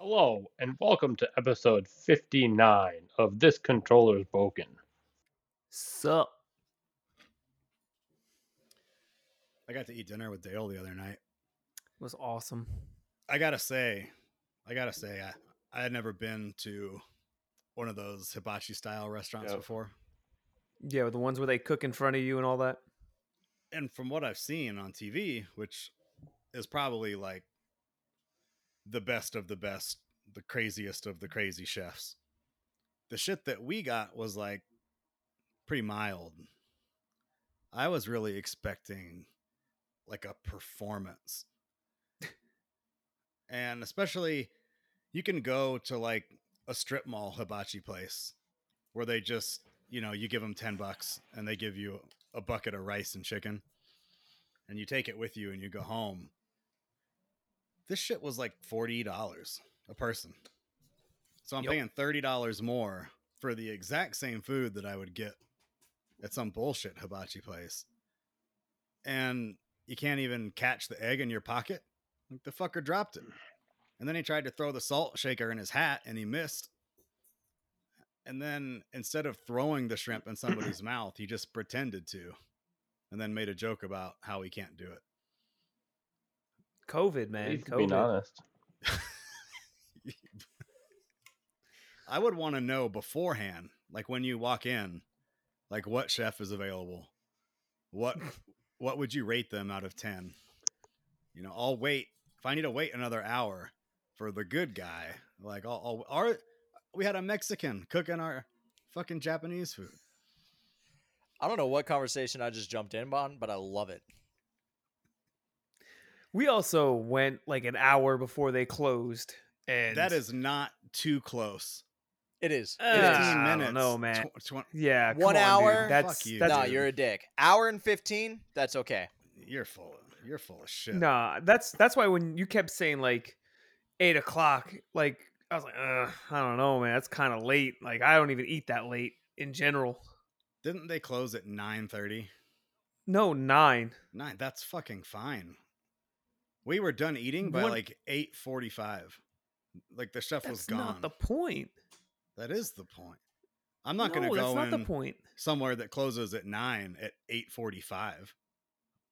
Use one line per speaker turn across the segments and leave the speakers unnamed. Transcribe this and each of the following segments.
Hello, and welcome to episode 59 of This Controller's Boken.
Sup?
I got to eat dinner with Dale the other night.
It was awesome.
I gotta say, I gotta say, I I had never been to one of those hibachi style restaurants
Yep.
before,
Yeah, the ones where they cook in front of you and all that.
and from what I've seen on TV, which is probably like the best of the best, the craziest of the crazy chefs, the shit that we got was like pretty mild. I was really expecting like a performance. and especially you can go to like a strip mall hibachi place where they just, you know, you give them 10 bucks and they give you a bucket of rice and chicken and you take it with you and you go home. This shit was like $40 a person. So I'm
Yep.
paying $30 more for the exact same food that I would get at some bullshit hibachi place. And you can't even catch the egg in your pocket. Like the fucker dropped it. And then he tried to throw the salt shaker in his hat and he missed. And then instead of throwing the shrimp in somebody's mouth, he just pretended to and then made a joke about how he can't do it.
COVID,
At
man.
least
COVID.
being honest.
I would want to know beforehand, like when you walk in, like what chef is available. What what would you rate them out of 10? You know, I'll wait. If I need to wait another hour for the good guy, like I'll, I'll our, we had a Mexican cooking our fucking Japanese food.
I don't know what conversation I just jumped in on, but I love it.
We also went like an hour before they closed, and
that is not too close.
It is.
Uh,
it is.
15
I don't
minutes.
know, man.
tw- twen-
yeah, come
One
on, dude.
hour?
That's
Fuck you,
that's
nah,
dude.
you're a dick. Hour and fifteen. That's okay.
you're full. Of, you're full of shit.
nah. That's that's why when you kept saying like eight o'clock, like I was like, Ugh, I don't know, man. That's kind of late. Like I don't even eat that late in general.
Didn't they close at 9:30?
No nine.
Nine. That's fucking fine. We were done eating by
One-
like eight forty-five. Like the chef was
That's
gone.
not the point.
that is the point. I'm not going
No,
to go
That's not
in
the point.
somewhere that closes at nine at eight forty-five.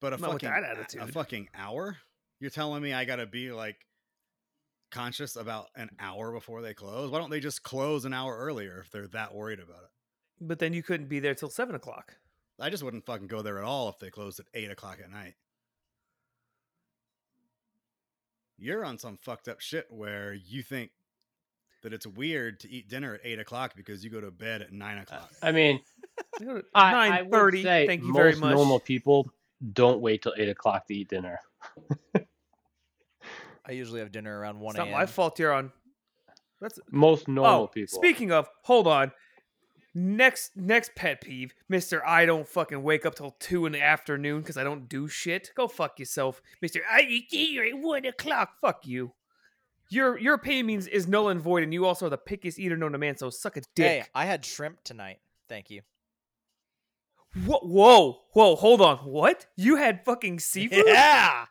But a
Not with
fucking
that
a- a
attitude.
fucking hour. You're telling me I got to be like conscious about an hour before they close? Why don't they just close an hour earlier if they're that worried about it?
But then you couldn't be there till seven o'clock.
I just wouldn't fucking go there at all if they closed at eight o'clock at night. You're on some fucked up shit where you think that it's weird to eat dinner at eight o'clock because you go to bed at nine o'clock.
Uh,
I mean, I, I
Nine
would
thirty.
say
Thank you
most
very much.
normal people don't wait till 8 o'clock to eat dinner.
I usually have dinner around one
It's
a.m.
not my fault you're on. That's
Most normal
oh.
people.
Speaking of, hold on. Next next pet peeve, Mister. I don't fucking wake up till two in the afternoon because I don't do shit. Go fuck yourself, Mister. I eat dinner at one o'clock. Fuck you. Your your opinion means is null and void, and you also are the pickiest eater known to man. So suck a
Hey,
dick.
I had shrimp tonight. Thank you.
Whoa, whoa, whoa! Hold on. What? You had fucking seafood?
Yeah.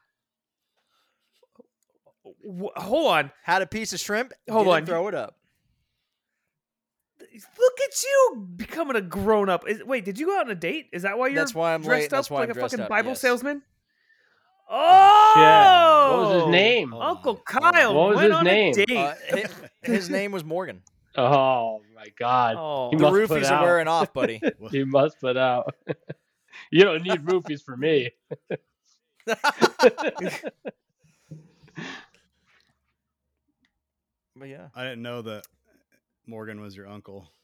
Wh- hold on.
Had a piece of shrimp.
Hold
didn't
on, you-
Throw it up.
Look at you becoming a grown up. Is, wait, did you go out on a date? Is that why you're
That's why I'm
dressed
late. That's
up
why
like
I'm
a
dressed
fucking
up,
Bible
yes. Uh,
salesman? Oh,
Shit. What was his name?
Hold
Uncle
on, hold on.
Kyle
What was
went
his
on
name?
a date.
Uh, hi- his name was Morgan.
Oh, my God.
oh,
he
the
must put
roofies
out.
are wearing off, buddy.
You must put out. you don't need roofies for me.
but yeah.
I didn't know that Morgan was your uncle.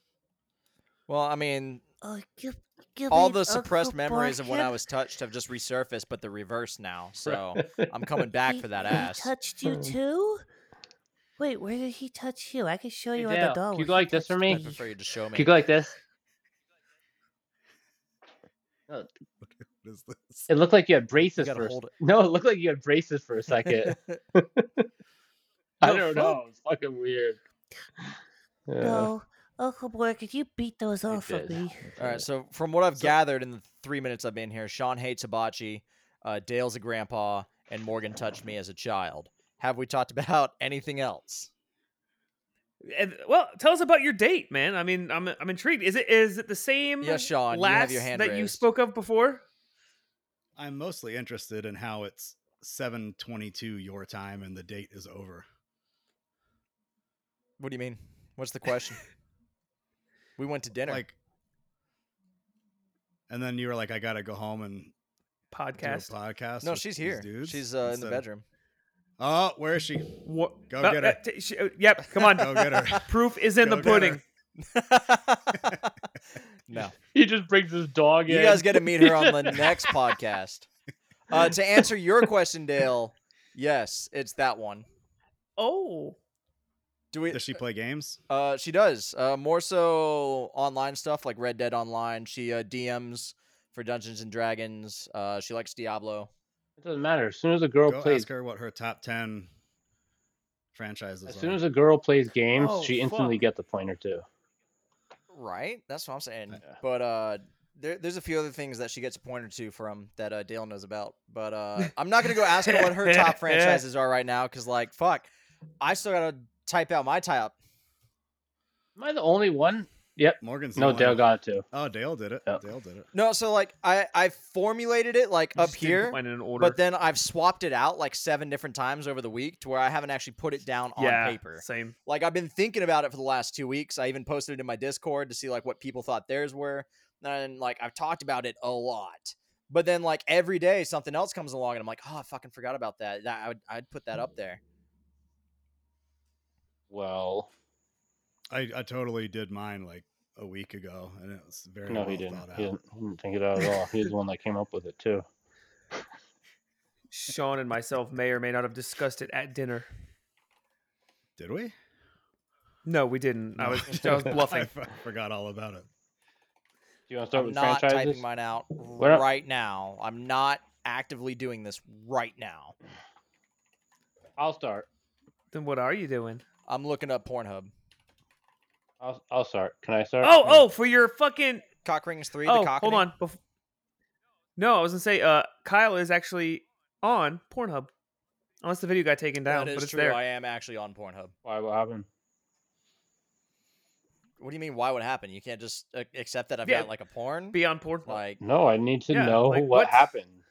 Well, I mean,
Oh, give, give
all
me
the
Uncle
suppressed memories of when I
Barkhead.
was touched have just resurfaced, but the reverse now. So I'm coming back
He-
for that
he
ass.
touched you too? Wait, where did he touch you? I can show
Hey,
you
Dale,
on the
can
doll.
you
where
go
he
like this for
touched
me?
I
me.
prefer you to show me.
Can you go like this?
What is this?
It looked like you had braces
gotta
for. a s-
hold it.
No, it looked like you had braces for a second. I
The
don't
fuck?
know. It's fucking weird. Yeah.
No, Uncle Boy, could you beat those
I
off of
did.
me?
All right. So from what I've
So-
gathered in the three minutes I've been here, Sean hates hibachi, uh, Dale's a grandpa, and Morgan touched me as a child. Have we talked about anything else?
And- well, tell us about your date, man. I mean, I'm I'm intrigued. Is it is it the same
Yes, Sean, you
last
have your hand
that you
raised.
spoke of before?
I'm mostly interested in how it's 7:22 your time and the date is over.
What do you mean? What's the question? we went to dinner.
Like And then you were like I got to go home and
Podcast.
do a podcast.
no,
with
she's
these
here.
dudes
She's uh, in the
instead of-
bedroom.
Oh, where is she?
Wha-
Go
uh,
get
uh,
her.
t- sh- uh, yep, come on.
Go get her.
Proof is in
Go
the
get her.
pudding.
no.
He just brings his dog in.
You guys get to meet her on the next podcast. Uh, to answer your question, Dale, yes, it's that one.
Oh,
Do we?
Does she play games?
Uh, she does. Uh, more so online stuff like Red Dead Online. She uh, DMs for Dungeons and Dragons. Uh, she likes Diablo.
It doesn't matter. As soon as a girl
go
plays,
ask her what her top 10 franchises
as
are.
soon as a girl plays games,
Oh,
she instantly
fuck.
gets a point or two.
Right, that's what I'm saying. But uh, there, there's a few other things that she gets pointed to from that uh, Dale knows about. But uh, I'm not gonna go ask her what her top franchises are right now because, like, fuck, I still gotta type out my top.
Am I the only one? Yep.
Morgan's the
No,
one-
Dale got it too.
Oh, Dale did it.
Yeah.
Dale did it.
No, so like I I formulated it like
you
up
just didn't
here,
put mine in an order.
but then I've swapped it out like seven different times over the week to where I haven't actually put it down on
yeah,
paper.
same.
Like I've been thinking about it for the last two weeks. I even posted it in my Discord to see like what people thought theirs were. And like I've talked about it a lot. But then like every day something else comes along and I'm like, oh, I fucking forgot about that. That I would I'd put that up there.
Well,
I, I totally did mine like a week ago, and it was very
no,
well
he didn't.
thought
he
out.
didn't. He didn't think it out at all. He was the one that came up with it too.
Sean and myself may or may not have discussed it at dinner.
Did we?
No, we didn't. I
No.
was I was
I
bluffing.
f- forgot all about it.
Do you want to start
I'm
with
not
franchises?
typing mine out
not-
right now. I'm not actively doing this right now.
I'll start.
then what are you doing?
I'm looking up Pornhub.
I'll, I'll start. Can I start?
Oh,
Or-
oh, for your fucking
Cock rings three,
oh,
the cock.
hold on. Bef- no, I was gonna say, uh, Kyle is actually on Pornhub, unless the video got taken down.
That
but
is
it's
true.
there.
I am actually on Pornhub.
Why? What happened?
What do you mean? Why would it happen? You can't just uh, accept that I've
Yeah,
got like a porn.
Be on Pornhub.
like,
No, I need to
Yeah,
know
like,
what
what's-
happened.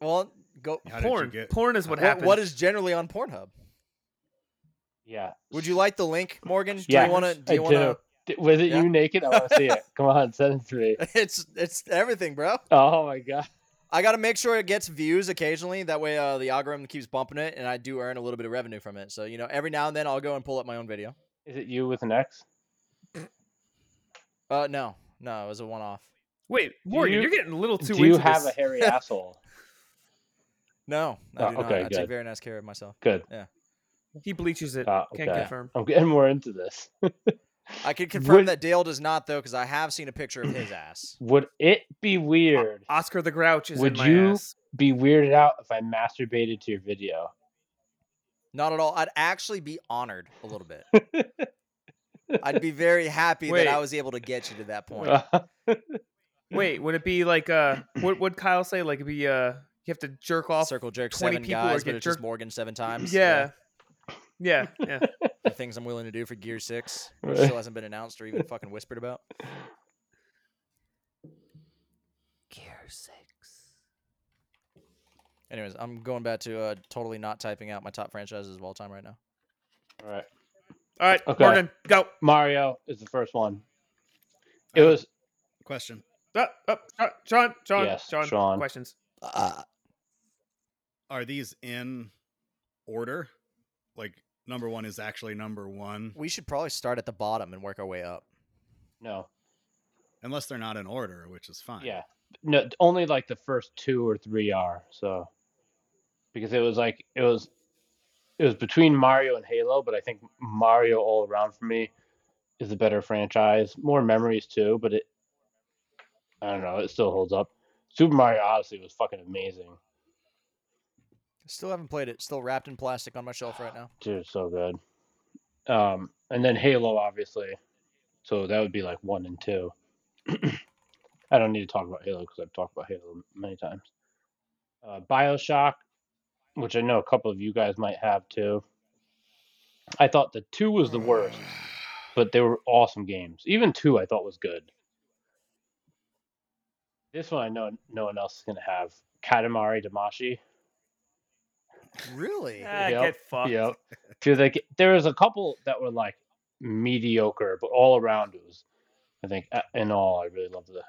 well, go.
How did
porn.
you get?
Porn is what
What,
happens.
what is generally on Pornhub?
Yeah.
Would you like the link, Morgan? Do
Yes,
you want to? Do
I
you want
D- Was it
Yeah.
you naked? I want to see it. Come on, send it to me.
to? It's it's everything, bro.
Oh my god.
I got to make sure it gets views occasionally. That way, uh, the algorithm keeps bumping it, and I do earn a little bit of revenue from it. So you know, every now and then I'll go and pull up my own video.
Is it you with an X?
Uh, no, no, it was a one-off.
Wait, Morgan,
you-
you, are getting a little too.
Do you
into
have a
this.
hairy asshole?
No, I
Oh,
do not.
okay,
I
good.
take very nice care of myself.
Good.
He bleaches it.
Ah,
Can't
okay.
confirm.
I'm getting more into this.
I can confirm
Would-
that Dale does not though, because I have seen a picture of his ass.
Would it be weird?
Oscar the Grouch is
Would
in my
you-
ass.
Be weirded out if I masturbated to your video?
Not at all. I'd actually be honored a little bit. I'd be very happy that I
Wait.
was able to get you to that point.
Wait, would it be like uh, what would Kyle say? Like it'd be uh, you have to jerk off.
Circle jerk
20
seven
people or
guys, but
get
it's just
jerked-
Morgan seven times.
yeah. Yeah, yeah.
the things I'm willing to do for Gear Six, which
Right.
still hasn't been announced or even fucking whispered about.
Gear six.
Anyways, I'm going back to uh, totally not typing out my top franchises of all time right now.
All right.
All right,
Okay.
Morgan, go.
Mario is the first one. It was
Question.
Uh, uh, Sean, Sean, Sean,
Yes,
Sean,
Sean.
questions.
Uh,
Are these in order? Like number one is actually number one,
we should probably start at the bottom and work our way up.
no.
unless they're not in order, which is fine.
Yeah. No, only like the first two or three are. So because it was like it was it was between Mario and Halo, but I think Mario all around for me is a better franchise. More memories too, but it I don't know, it still holds up. Super Mario Odyssey was fucking amazing.
Still haven't played it. Still wrapped in plastic on my shelf right now.
Dude, so good. Um and then Halo obviously. So that would be like 1 and 2. I don't need to talk about Halo because I've talked about Halo many times. Uh, Bioshock, which I know a couple of you guys might have too. I thought the two was the worst, but they were awesome games. Even two, I thought was good. This one, I know no one else is gonna have Katamari Damashi.
Really?
Ah,
Yep,
get fucked.
Yep. Dude, like there was a couple that were like mediocre, but all around it was. I think uh, in all, I really loved the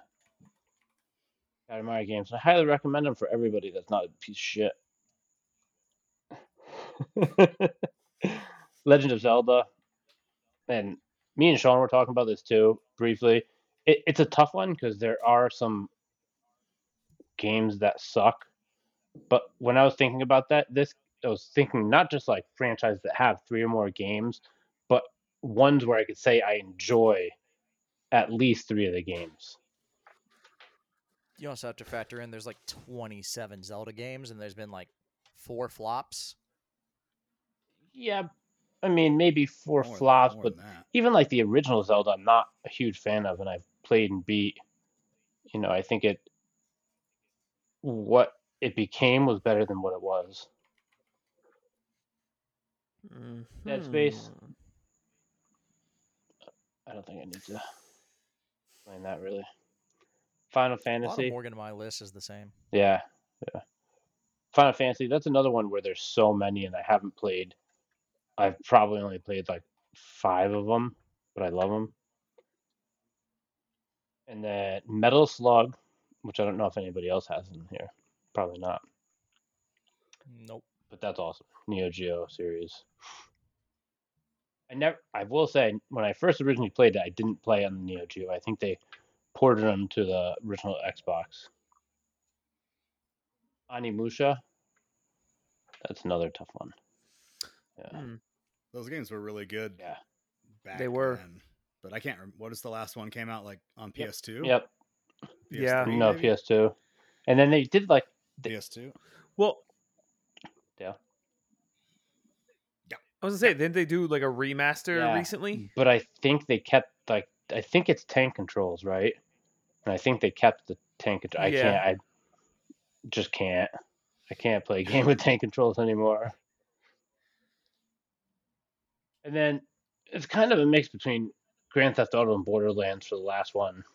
Katamari games. I highly recommend them for everybody that's not a piece of shit. Legend of Zelda, and me and Sean were talking about this too briefly. It, it's a tough one because there are some games that suck. But when I was thinking about that, this I was thinking not just like franchises that have three or more games, but ones where I could say I enjoy at least three of the games.
You also have to factor in there's like 27 Zelda games, and there's been like four flops.
Yeah, I mean maybe four
More than-
flops,
more
but
than that.
even like the original Zelda, I'm not a huge fan of, and I've played and beat. You know, I think it what it became was better than what it was. Dead
Mm-hmm.
Space.
Mhm.
I don't think I need to explain that really. Final
A lot of
Fantasy,
Morgan on my list is the same.
yeah, yeah. Final Fantasy, that's another one where there's so many, and I haven't played. I've probably only played like five of them, but I love them. And then Metal Slug, which I don't know if anybody else has in here. Probably not,
Nope.
but that's awesome. Neo Geo series. I never. I will say, when I first originally played it, I didn't play on the Neo Geo. I think they ported them to the original Xbox. Animusha. That's another tough one. Yeah.
Mm.
Those games were really good.
Yeah.
Back
They were.
then. But I can't. Rem- what is the last one came out like on
Yep.
PS2?
Yep.
Yeah.
PS3
No
Hmm. maybe?
PS2. And then they did like they-
PS2.
Well,
Yeah.
Yeah.
I was gonna say, didn't they do like a remaster
Yeah.
recently?
but I think they kept like I think it's tank controls, right? And I think they kept the tank control. I
Yeah.
can't. I just can't. I can't play a game with tank controls anymore. And then it's kind of a mix between Grand Theft Auto and Borderlands for the last one.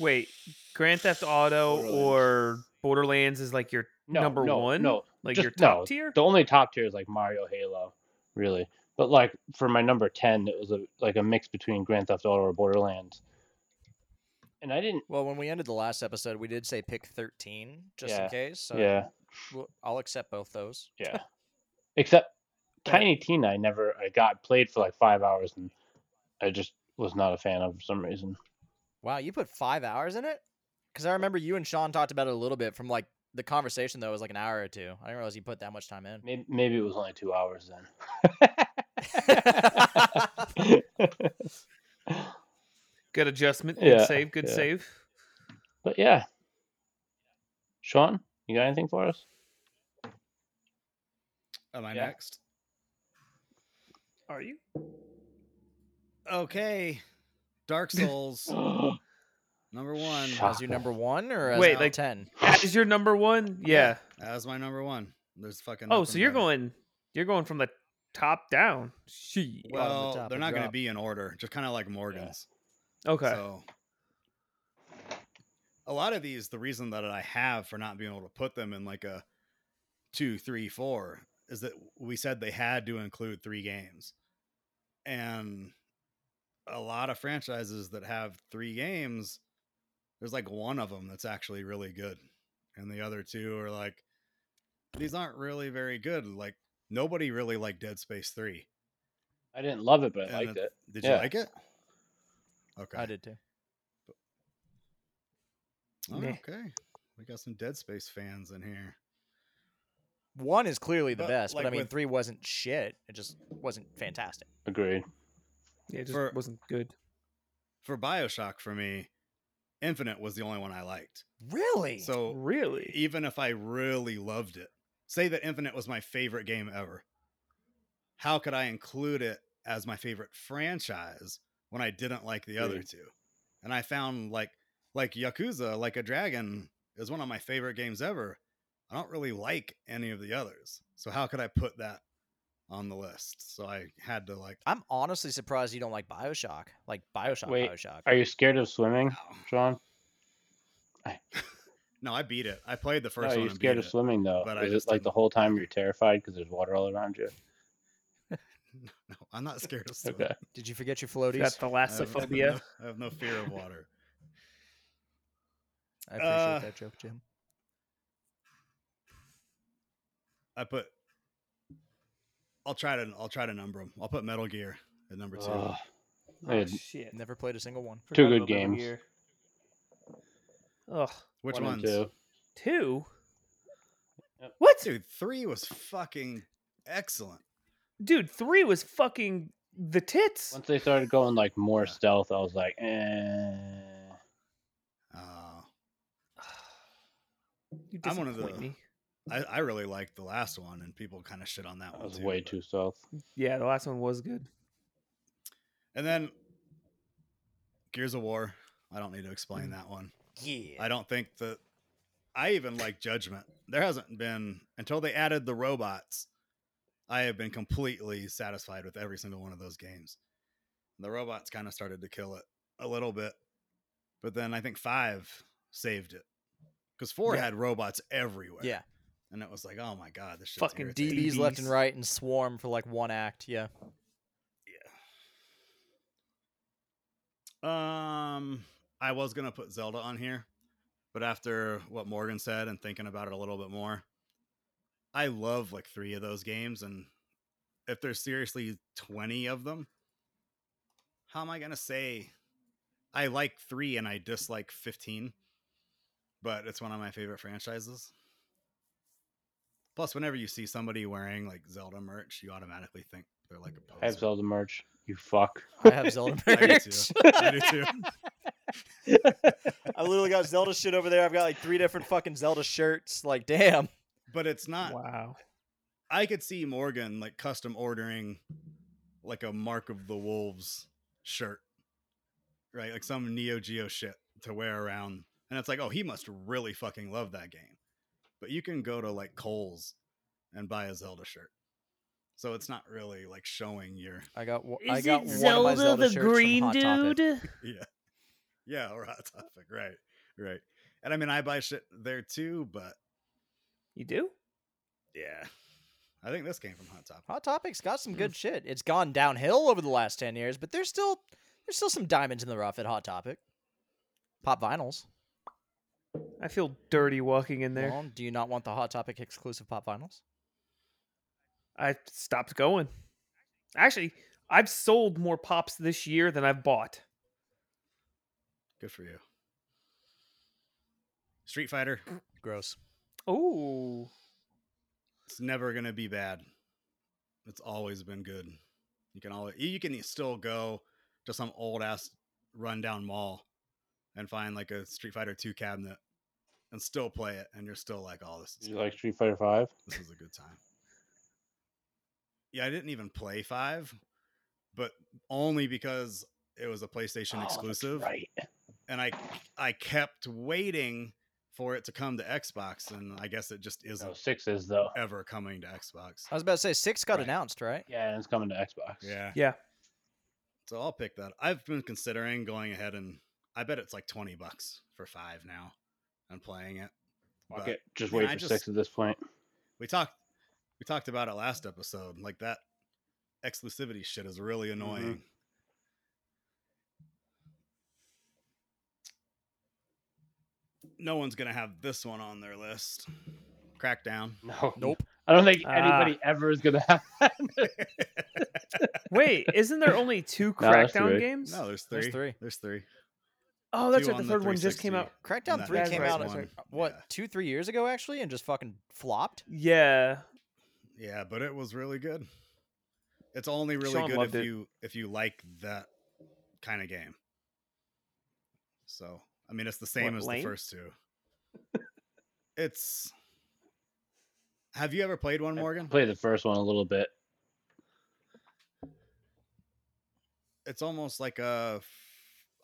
Wait, Grand Theft Auto
Borderlands.
or Borderlands is like your
No,
number
no,
one,
No,
like
just
your top
no.
tier.
the only top tier is like Mario, Halo, really. But like for my number ten, it was a like a mix between Grand Theft Auto or Borderlands. And I didn't.
Well, when we ended the last episode, we did say pick 13 just
Yeah.
in case. So
yeah,
we'll- I'll accept both those.
yeah. Except Tiny Tina, I never. I got played for like five hours, and I just was not a fan of for some reason.
Wow, you put five hours in it? Because I remember you and Sean talked about it a little bit from like the conversation, though, it was like an hour or two. I didn't realize you put that much time in.
Maybe maybe it was only two hours
I
then.
Good adjustment.
Yeah,
good save. Good
yeah.
save.
but yeah, Sean, you got anything for us?
Am I
Yeah.
next?
Are you?
Okay. Dark Souls number one.
Shut-
was you number one or as
Wait,
now
like-
10?
That is your number one. Yeah.
That was my number one. There's fucking.
Oh,
nothing
so you're
better.
going. You're going from the top down. She.
bottom to
Well,
top
they're
of
not going to
drop.
be in order. Just kind of like Morgan's.
Okay.
So a lot of these, the reason that I have for not being able to put them in like a two, three, four is that we said they had to include three games. And a lot of franchises that have three games, there's like one of them that's actually really good. And the other two are like, these aren't really very good. Like, nobody really liked Dead Space 3.
I didn't love it, but I
And
liked it.
it- Did
Yeah.
you like it? Okay.
I did too.
Oh,
Meh.
okay. We got some Dead Space fans in here.
One is clearly the
But,
best, but I
like,
mean,
with-
three wasn't shit. It just wasn't fantastic.
Agreed.
Yeah, it just
For-
wasn't good.
For Bioshock, for me, Infinite was the only one I liked.
Really?
So
Really?
even if I really loved it, say that Infinite was my favorite game ever, how could I include it as my favorite franchise when I didn't like the other
Agreed.
two? And I found like like Yakuza, like a dragon, is one of my favorite games ever. I don't really like any of the others. So how could I put that on the list? So I had to like
I'm honestly surprised you don't like Bioshock. Like Bioshock,
Wait,
Bioshock.
Are you scared of swimming, Sean?
no, I beat it. I played the first
no,
one.
you're
and
scared
beat
of
it.
swimming though.
but I
Is
just
it like the
didn't.
whole time you're terrified because there's water all around you?
No, I'm not scared of swimming.
Okay.
Did you forget your floaties?
Got
I have, I have
thalassophobia.
no, I have no fear of water.
I appreciate
Uh,
that joke, Jim.
I put. I'll try to. I'll try to number them. I'll put Metal Gear at number two.
Ugh.
Oh,
Yeah,
shit.
Never played a single one.
Two
Forgot
good
about Metal
games.
Gear. Ugh,
Which
one and
ones?
two.
two.
Yep.
What,
Dude, three was fucking excellent.
dude? Three was fucking the tits.
Once they started going like more
Yeah.
stealth, I was like, eh.
Uh,
You
I'm one of
disappoint
the-
me.
I, I really liked the last one, and people kind of shit on that
That
one.
was way
but-
too stealth.
Yeah, the last one was good.
And then Gears of War. I don't need to
Mm.
explain that one.
Yeah.
I don't think that I even like Judgment. There hasn't been until they added the robots. I have been completely satisfied with every single one of those games. The robots kind of started to kill it a little bit, but then I think five saved it because four
Yeah.
had robots everywhere.
yeah.
and it was like, oh my god, this shit's
Fucking
irritating.
DB.
DBs left
DBs.
and right and swarm for like one act. Yeah.
Um, I was gonna put Zelda on here, but after what Morgan said and thinking about it a little bit more, I love like three of those games, and if there's seriously twenty of them, how am I gonna say I like three and I dislike fifteen? But it's one of my favorite franchises. Plus, whenever you see somebody wearing like Zelda merch, you automatically think they're like a
I have
poser.
Zelda merch. You fuck.
I have Zelda
I do
merch.
too. I do too.
I literally got Zelda shit over there. I've got like three different fucking Zelda shirts. Like, damn.
But it's not
Wow.
I could see Morgan like custom ordering like a Mark of the Wolves shirt, right? Like some Neo Geo shit to wear around. And it's like, oh, he must really fucking love that game. But you can go to like Kohl's and buy a Zelda shirt. So it's not really like showing your
I got. wa- I
Is
got
it
one of my
Zelda,
Zelda
the
shirts from
green
Hot Topic.
dude?
yeah, yeah, or hot topic, right, right. And I mean, I buy shit there too, but
You do?
yeah, I think this came from Hot Topic.
Hot Topic's got some good shit. It's gone downhill over the last ten years, but there's still there's still some diamonds in the rough at Hot Topic. Pop vinyls.
I feel dirty walking in there.
Well, do you not want the Hot Topic exclusive pop vinyls?
I stopped going. Actually, I've sold more pops this year than I've bought.
Good for you. Street Fighter.
Gross.
Oh,
It's never gonna be bad. It's always been good. You can always you can still go to some old ass rundown mall and find like a Street Fighter Two cabinet and still play it, and you're still like, "Oh, this is
You
good.
like Street Fighter Five?
this is a good time." Yeah, I didn't even play five, but only because it was a PlayStation exclusive
Oh, right.
and I I kept waiting for it to come to Xbox, and I guess it just
No,
isn't
six is though.
ever coming to Xbox.
I was about to say six got
Right.
announced, right?
Yeah, and it's coming to Xbox.
Yeah,
yeah.
so I'll pick that. I've been considering going ahead and I bet it's like twenty bucks for five now. and playing it.
Fuck
But,
it. Just
yeah,
wait
I
for
just-
six at this point.
We talked we talked about it last episode. Like that exclusivity shit is really annoying. No one's gonna have this one on their list. Crackdown.
No.
Nope.
I don't think
Ah.
anybody ever is gonna have.
Wait, isn't there only two
No, that's
Crackdown
three.
games?
No, there's three.
There's three.
There's three.
oh, that's
Two
right. The
on
third one just came out.
360.
Crackdown
That's
three
right.
came out
That's
uh,
right.
what
Yeah.
two three years ago actually, and just fucking flopped.
Yeah.
Yeah, but it was really good. It's only really
Sean
good if
loved it.
you if you like that kind of game. So I mean, it's the same
What,
as
lame?
the first two. it's. Have you ever played one, Morgan?
Play the first one a little bit.
It's almost like a. f-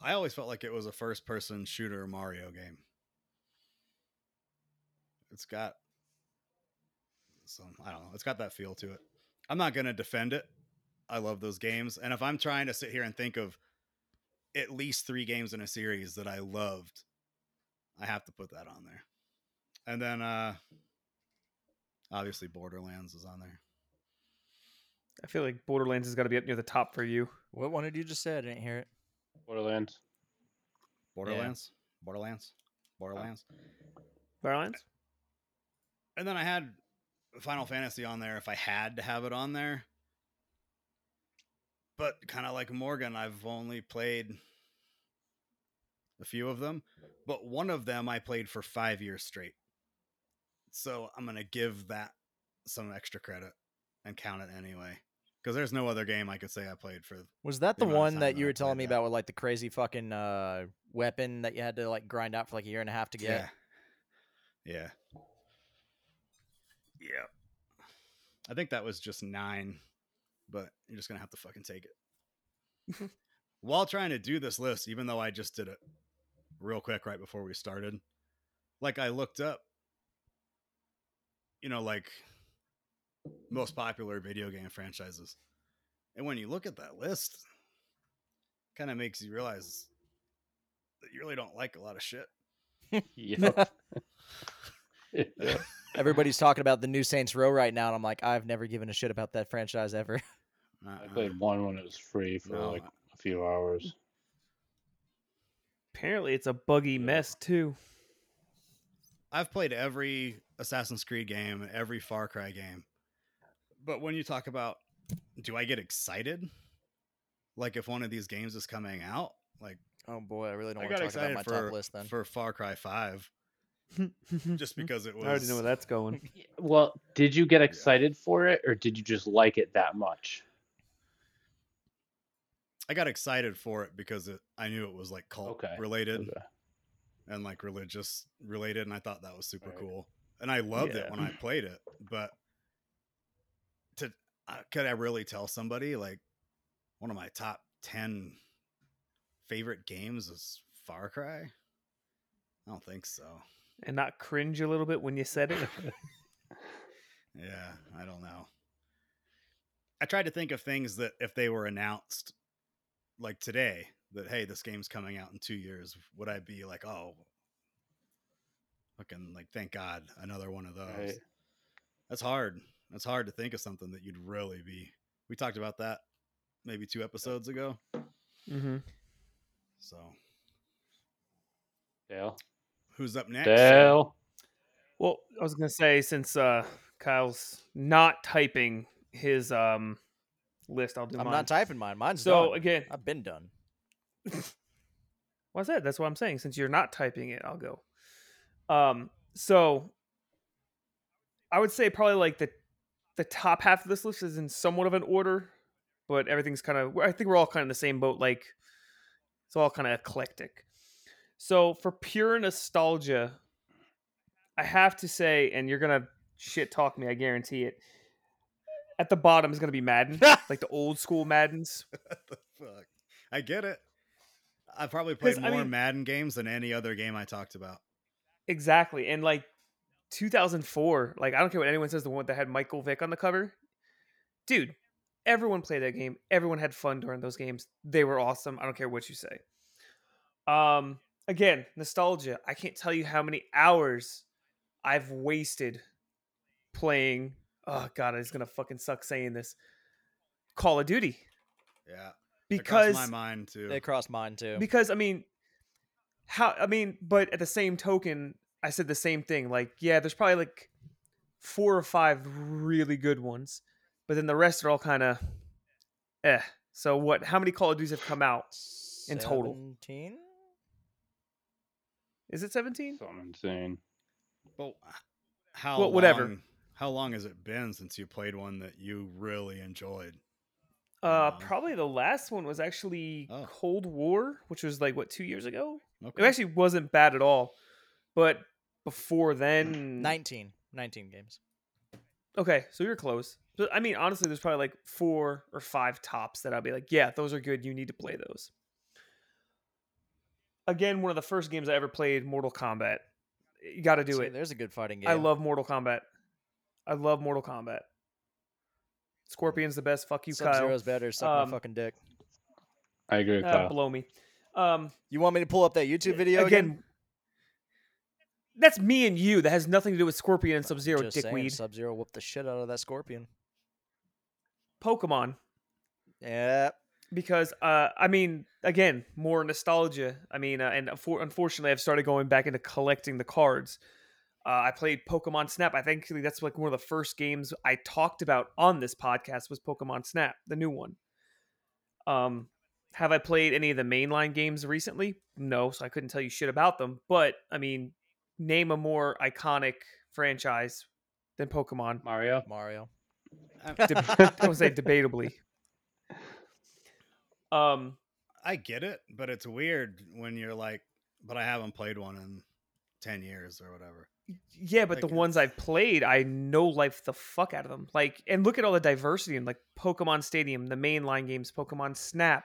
I always felt like it was a first-person shooter Mario game. It's got So I don't know. It's got that feel to it. I'm not gonna defend it. I love those games, and if I'm trying to sit here and think of at least three games in a series that I loved, I have to put that on there. And then, uh obviously, Borderlands is on there.
I feel like Borderlands has got to be up near the top for you.
What one did you just say? I didn't hear it.
Borderlands.
Borderlands, Borderlands, Borderlands.
Borderlands?
and then I had Final Fantasy on there if I had to have it on there. But kind of like Morgan, I've only played a few of them, but one of them I played for five years straight. So I'm going to give that some extra credit and count it anyway. Because there's no other game I could say I played for.
Was that
The
the,
amount of
one
time
that
that
you
I
were telling
played
me
that.
about with like the crazy fucking uh, weapon that you had to like grind out for like a year and a half to get?
Yeah. Yeah. Yeah. I think that was just nine, but you're just going to have to fucking take it. While trying to do this list, even though I just did it real quick right before we started, like I looked up, you know, like most popular video game franchises. And when you look at that list, kind of makes you realize that you really don't like a lot of shit.
Yeah.
Oh, Everybody's talking about the new Saints Row right now, and I'm like, I've never given a shit about that franchise ever.
I
Uh-uh.
played one when it was free for
No,
like a few hours.
Apparently, it's a buggy mess, too.
I've played every Assassin's Creed game, every Far Cry game. But when you talk about do I get excited? Like if one of these games is coming out, like
Oh boy, I really don't
I
want to
got
talk about
excited
my
for,
top list then.
for Far Cry 5 just because it was
I already know where that's going.
Well, did you get excited for it or did you just like it that much?
I got excited for it because it, I knew it was like cult
Okay.
related
Okay.
and like religious related and I thought that was super
Right.
cool. And I loved
Yeah.
it when I played it, but to I- could I really tell somebody like one of my top 10 favorite games is Far Cry? I don't think so.
And not cringe a little bit when you said it.
Yeah, I don't know. I tried to think of things that if they were announced like today, that hey, this game's coming out in two years, would I be like, oh, fucking like, thank God, another one of those?
Right.
That's hard. That's hard to think of something that you'd really be. We talked about that maybe two episodes ago.
mm-hmm.
So
Dale.
who's up next?
Dale.
Well, I was gonna say since uh, Kyle's not typing his um, list, I'll do
I'm
mine.
not typing mine. Mine's
so
done.
again,
I've been done.
what's that? That's what I'm saying. Since you're not typing it, I'll go. Um, so I would say probably like the the top half of this list is in somewhat of an order, but everything's kind of. I think we're all kind of in the same boat. Like it's all kind of eclectic. So for pure nostalgia, I have to say, and you're gonna shit talk me, I guarantee it. At the bottom is gonna be Madden, like the old school Maddens.
What the fuck? I get it. I probably played
'Cause, I
more
mean-
Madden games than any other game I talked about.
Exactly. And like 2004, like I don't care what anyone says, the one that had Michael Vick on the cover. Dude, everyone played that game. Everyone had fun during those games. They were awesome. I don't care what you say. Um again, nostalgia. I can't tell you how many hours I've wasted playing oh god, it's going to fucking suck saying this. Call of Duty
Yeah. It crossed
because
my mind too.
They crossed mine too.
because I mean, how I mean, but at the same token, I said the same thing. Like, yeah, there's probably like four or five really good ones, but then the rest are all kind of eh. So what? How many Call of Duties have come out? in total.
17?
Is it 17?
Something insane.
But how
Well, whatever.
long- how long has it been since you played one that you really enjoyed?
Uh,
No.
probably the last one was actually
Oh.
Cold War, which was like what two years ago. It
Okay.
actually wasn't bad at all, but
Hmm.
before then,
19. 19 games.
Okay, so you're close. So, I mean, honestly, there's probably like four or five tops that I'll be like, yeah, those are good. You need to play those. Again, one of the first games I ever played, Mortal Kombat. You got to do
See,
it.
There's a good fighting game.
I love Mortal Kombat. I love Mortal Kombat. Scorpion's the best. Fuck you,
Sub
Kyle.
Zero's better. Suck
Um,
my fucking dick.
I agree with
Uh,
Kyle.
blow me. Um,
You want me to pull up that YouTube video
again,
again?
That's me and you. That has nothing to do with Scorpion and Sub Zero, dickweed.
Sub Zero whooped the shit out of that scorpion.
Pokemon.
Yeah.
because uh, I mean, again, more nostalgia. I mean, uh, and for, unfortunately, I've started going back into collecting the cards. Uh, I played Pokemon Snap. I think that's like one of the first games I talked about on this podcast was Pokemon Snap, the new one. Um, have I played any of the mainline games recently? No, so I couldn't tell you shit about them. But I mean, name a more iconic franchise than Pokemon.
Mario.
Mario.
Uh, Deb- I would say debatably. Um,
I get it, but it's weird when you're like, but I haven't played one in 10 years or whatever.
Yeah, but the
Like,
ones
it's-
I've played, I know life the fuck out of them. Like, and look at all the diversity in like Pokemon Stadium, the mainline games, Pokemon Snap,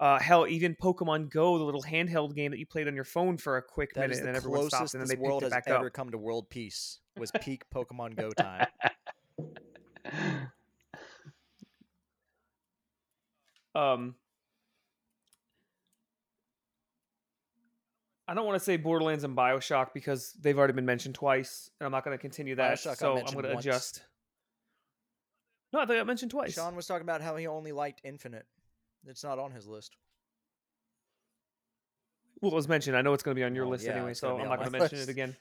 uh, hell, even Pokemon Go, the little handheld game that you played on your phone for a quick
That
minute,
is
and
the
then everyone stopped,
closest
and then
this
they
world
picked it
has
back
ever
up.
come to world peace. Was peak Pokemon Go time.
Um, I don't want to say Borderlands and Bioshock because they've already been mentioned twice, and I'm not going to continue that.
BioShock I
so I'm
mentioned
going to
once.
adjust. No, I think I mentioned twice.
Sean was talking about how he only liked Infinite. It's not on his list.
well, it was mentioned. I know it's going to be on your
Well,
list
Oh, yeah,
anyway,
it's gonna
so
be
I'm
on
not going to
my
mention
list.
it again.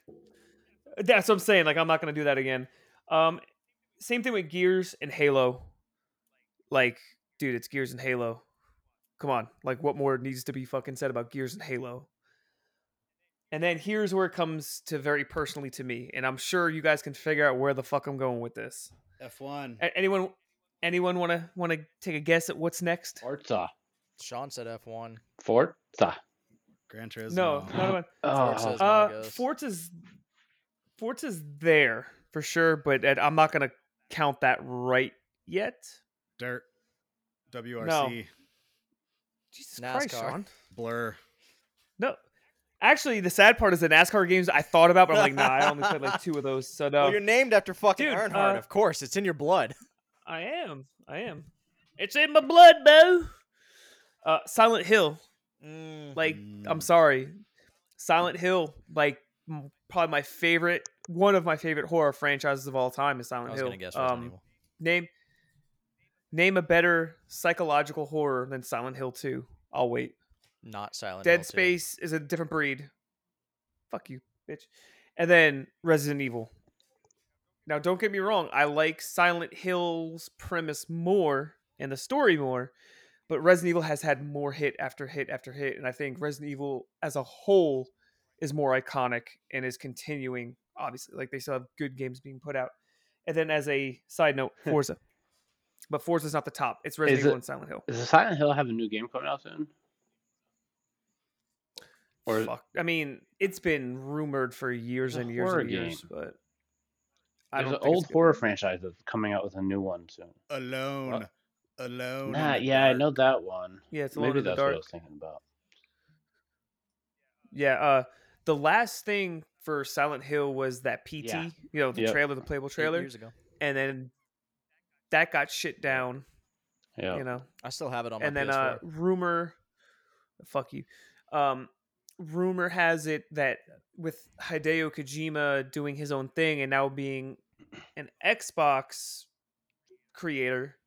That's what I'm saying. Like, I'm not going to do that again. Um, same thing with Gears and Halo. Like, dude, it's Gears and Halo. Come on, like, what more needs to be fucking said about Gears and Halo? And then here's where it comes to very personally to me, and I'm sure you guys can figure out where the fuck I'm going with this.
F1.
A- anyone, anyone want to want to take a guess at what's next?
Forza.
Sean said F one.
Forza.
Gran
No,
Turismo.
no, no, no.
Oh,
Forza's- my
Uh,
guess.
Forza's Forza's there for sure, but uh, I'm not gonna count that right yet.
Dirt. WRC.
Jesus Christ,
NASCAR.
Sean.
Blur.
No, actually, the sad part is the NASCAR games I thought about, but I'm like, nah, I only played like two of those, so no.
Well, you're named after fucking
Dude,
Earnhardt,
uh,
of course. It's in your blood.
I am, I am. It's in my blood, bro. Uh, Silent Hill, like, I'm
Mm-hmm.
Mm.
sorry, Silent Hill, like, m- probably my favorite, one of my favorite horror franchises of all time is Silent
I was
Hill.
gonna guess Resident
Um,
Evil.
Name name a better psychological horror than Silent Hill 2. I'll wait.
Not Silent Hill
Dead
2.
Space is a different breed. Fuck you, bitch. And then Resident Evil. Now don't get me wrong, I like Silent Hill's premise more and the story more, but Resident Evil has had more hit after hit after hit and I think Resident Evil as a whole is more iconic and is continuing obviously like they still have good games being put out. And then as a side note, Forza. but Forza's not the top. It's Resident
Is
Evil
it-
and Silent Hill.
Does Silent Hill have a new game coming out soon? Or
Fuck. I mean, it's been rumored for years
a
and years
horror
and years,
game.
but I
there's
don't
an
think it's
old
good.
horror franchise that's coming out with a new one soon.
Alone.
What?
Alone. in
Nah,
the
yeah, I
dark.
know that one.
Yeah, Oh, it's Alone
Maybe
in the
that's what I
Dark.
was thinking about.
Yeah, uh, the last thing for Silent Hill was that PT,
Yeah.
you know, the
Yep.
trailer, the playable
Eight
trailer,
years ago.
and then that got shit down,
Yeah.
you know.
I still have it on my
and then uh,
PS4.
rumor, fuck you. Um, rumor has it that with Hideo Kojima doing his own thing and now being an Xbox creator,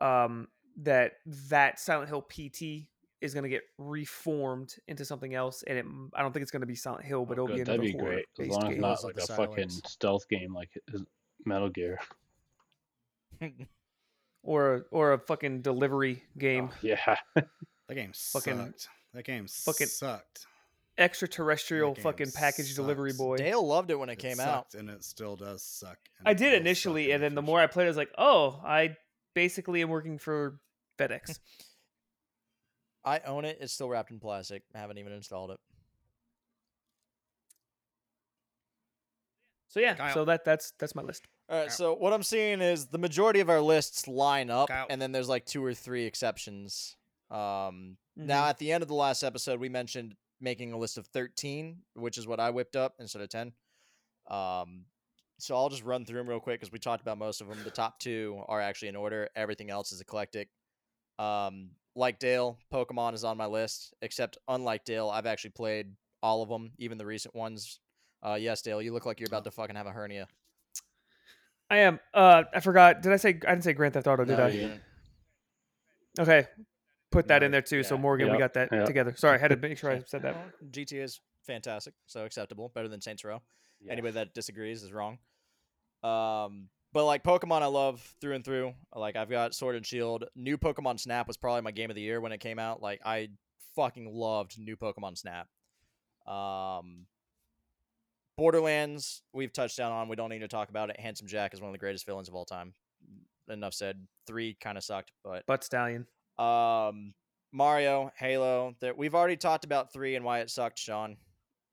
um, that that Silent Hill PT is going to get reformed into something else, and it I don't think it's going to be Silent Hill, but
Oh,
it'll be
good,
another
That'd be
horror
great. As
based
long as
game.
not
Those are
like
the
a fucking
silence.
stealth game like his- Metal Gear.
or a, or a fucking delivery game.
Oh, yeah.
That game
Fucking-
sucked. That game
fucking-
sucked.
Extraterrestrial
That game
fucking package delivery
sucks.
boy.
Dale loved it when it, came out.
sucked, and it still does suck. and
I
it
did
will suck in
initially, and then the more I
future.
played, I was like, oh, I basically am working for FedEx.
I own it. It's still wrapped in plastic. I haven't even installed it.
So yeah,
Kyle.
so that that's that's my list.
All right,
Ow.
so what I'm seeing is the majority of our lists line up,
Ow.
and then there's like two or three exceptions. Um,
Mm-hmm.
Now, at the end of the last episode, we mentioned making a list of 13, which is what I whipped up instead of 10. Um, so I'll just run through them real quick because we talked about most of them. The top two are actually in order. Everything else is eclectic. Um, like Dale, Pokemon is on my list, except unlike Dale, I've actually played all of them, even the recent ones. Uh, yes, Dale, you look like you're
Oh.
about to fucking have a hernia.
I am. Uh, I forgot. Did I say I didn't say Grand Theft Auto? Did
No,
I?
you didn't.
Okay, put that
No,
in there too. So
yeah.
Morgan, we
Yep,
got that
yep.
together. Sorry, I had to make sure I said that.
Well, GTA is fantastic, so acceptable, better than Saints Row.
Yeah.
Anybody that disagrees is wrong. Um, but like Pokemon, I love through and through. Like I've got Sword and Shield. New Pokemon Snap was probably my game of the year when it came out. Like I fucking loved New Pokemon Snap. Um, Borderlands, we've touched down on. We don't need to talk about it. Handsome Jack is one of the greatest villains of all time. Enough said. Three kind of sucked, but
Butt stallion.
um, Mario, Halo. That we've already talked about three and why it sucked, Sean,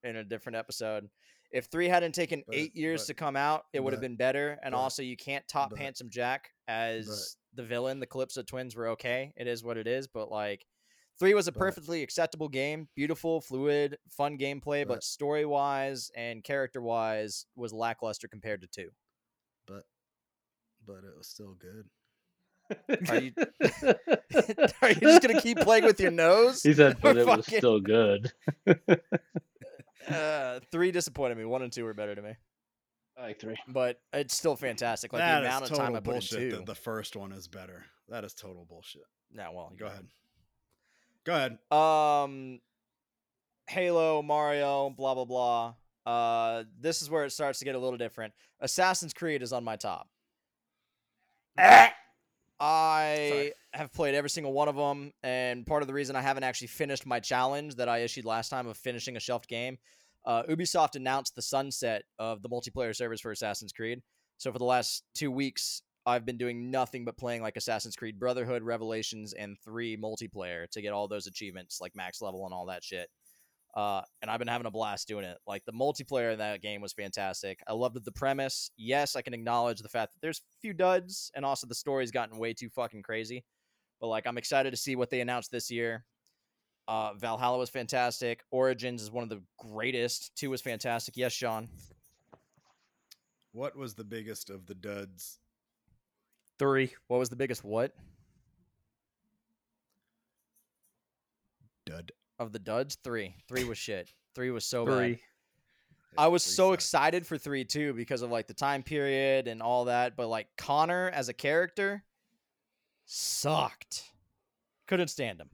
in a different episode. If three hadn't taken
But-
eight years
but-
to come out, it would have
but-
been better. And
but-
also, you can't top
but-
Handsome Jack as the villain. The Calypso twins were okay. It is what it is. But like, three was a
But-
perfectly acceptable game, beautiful, fluid, fun gameplay. But,
But-
story wise and character wise, was lackluster compared to two.
but but it was still good.
Are you- Are you just gonna keep playing with your nose?
He said, but it was
Fucking-
still good.
Uh, three disappointed me. One and two were better to me.
I like three.
but it's still fantastic. Like
That
the
is
amount of time I put
bullshit.
into.
That the first one is better. That is total bullshit.
no, well,
Go ahead. Go ahead.
Um, Halo, Mario, blah blah blah. Uh, this is where it starts to get a little different. Assassin's Creed is on my top. I have played every single one of them, and part of the reason I haven't actually finished my challenge that I issued last time of finishing a shelved game, uh, Ubisoft announced the sunset of the multiplayer servers for Assassin's Creed. So for the last two weeks, I've been doing nothing but playing like Assassin's Creed Brotherhood, Revelations, and three multiplayer to get all those achievements, like max level and all that shit. Uh, and I've been having a blast doing it. Like the multiplayer in that game was fantastic. I loved the premise. Yes, I can acknowledge the fact that there's a few duds, and also the story's gotten way too fucking crazy. But like, I'm excited to see what they announced this year. Uh, Valhalla was fantastic. Origins is one of the greatest. Two was fantastic. Yes, Sean.
What was the biggest of the duds?
Three.
What was the biggest what
Dud.
of the duds? Three. Three was shit. Three was so bad.
Three.
Yeah,
I was
three
so
sucked.
excited for three too because of like the time period and all that, but like Connor as a character sucked. Couldn't stand him.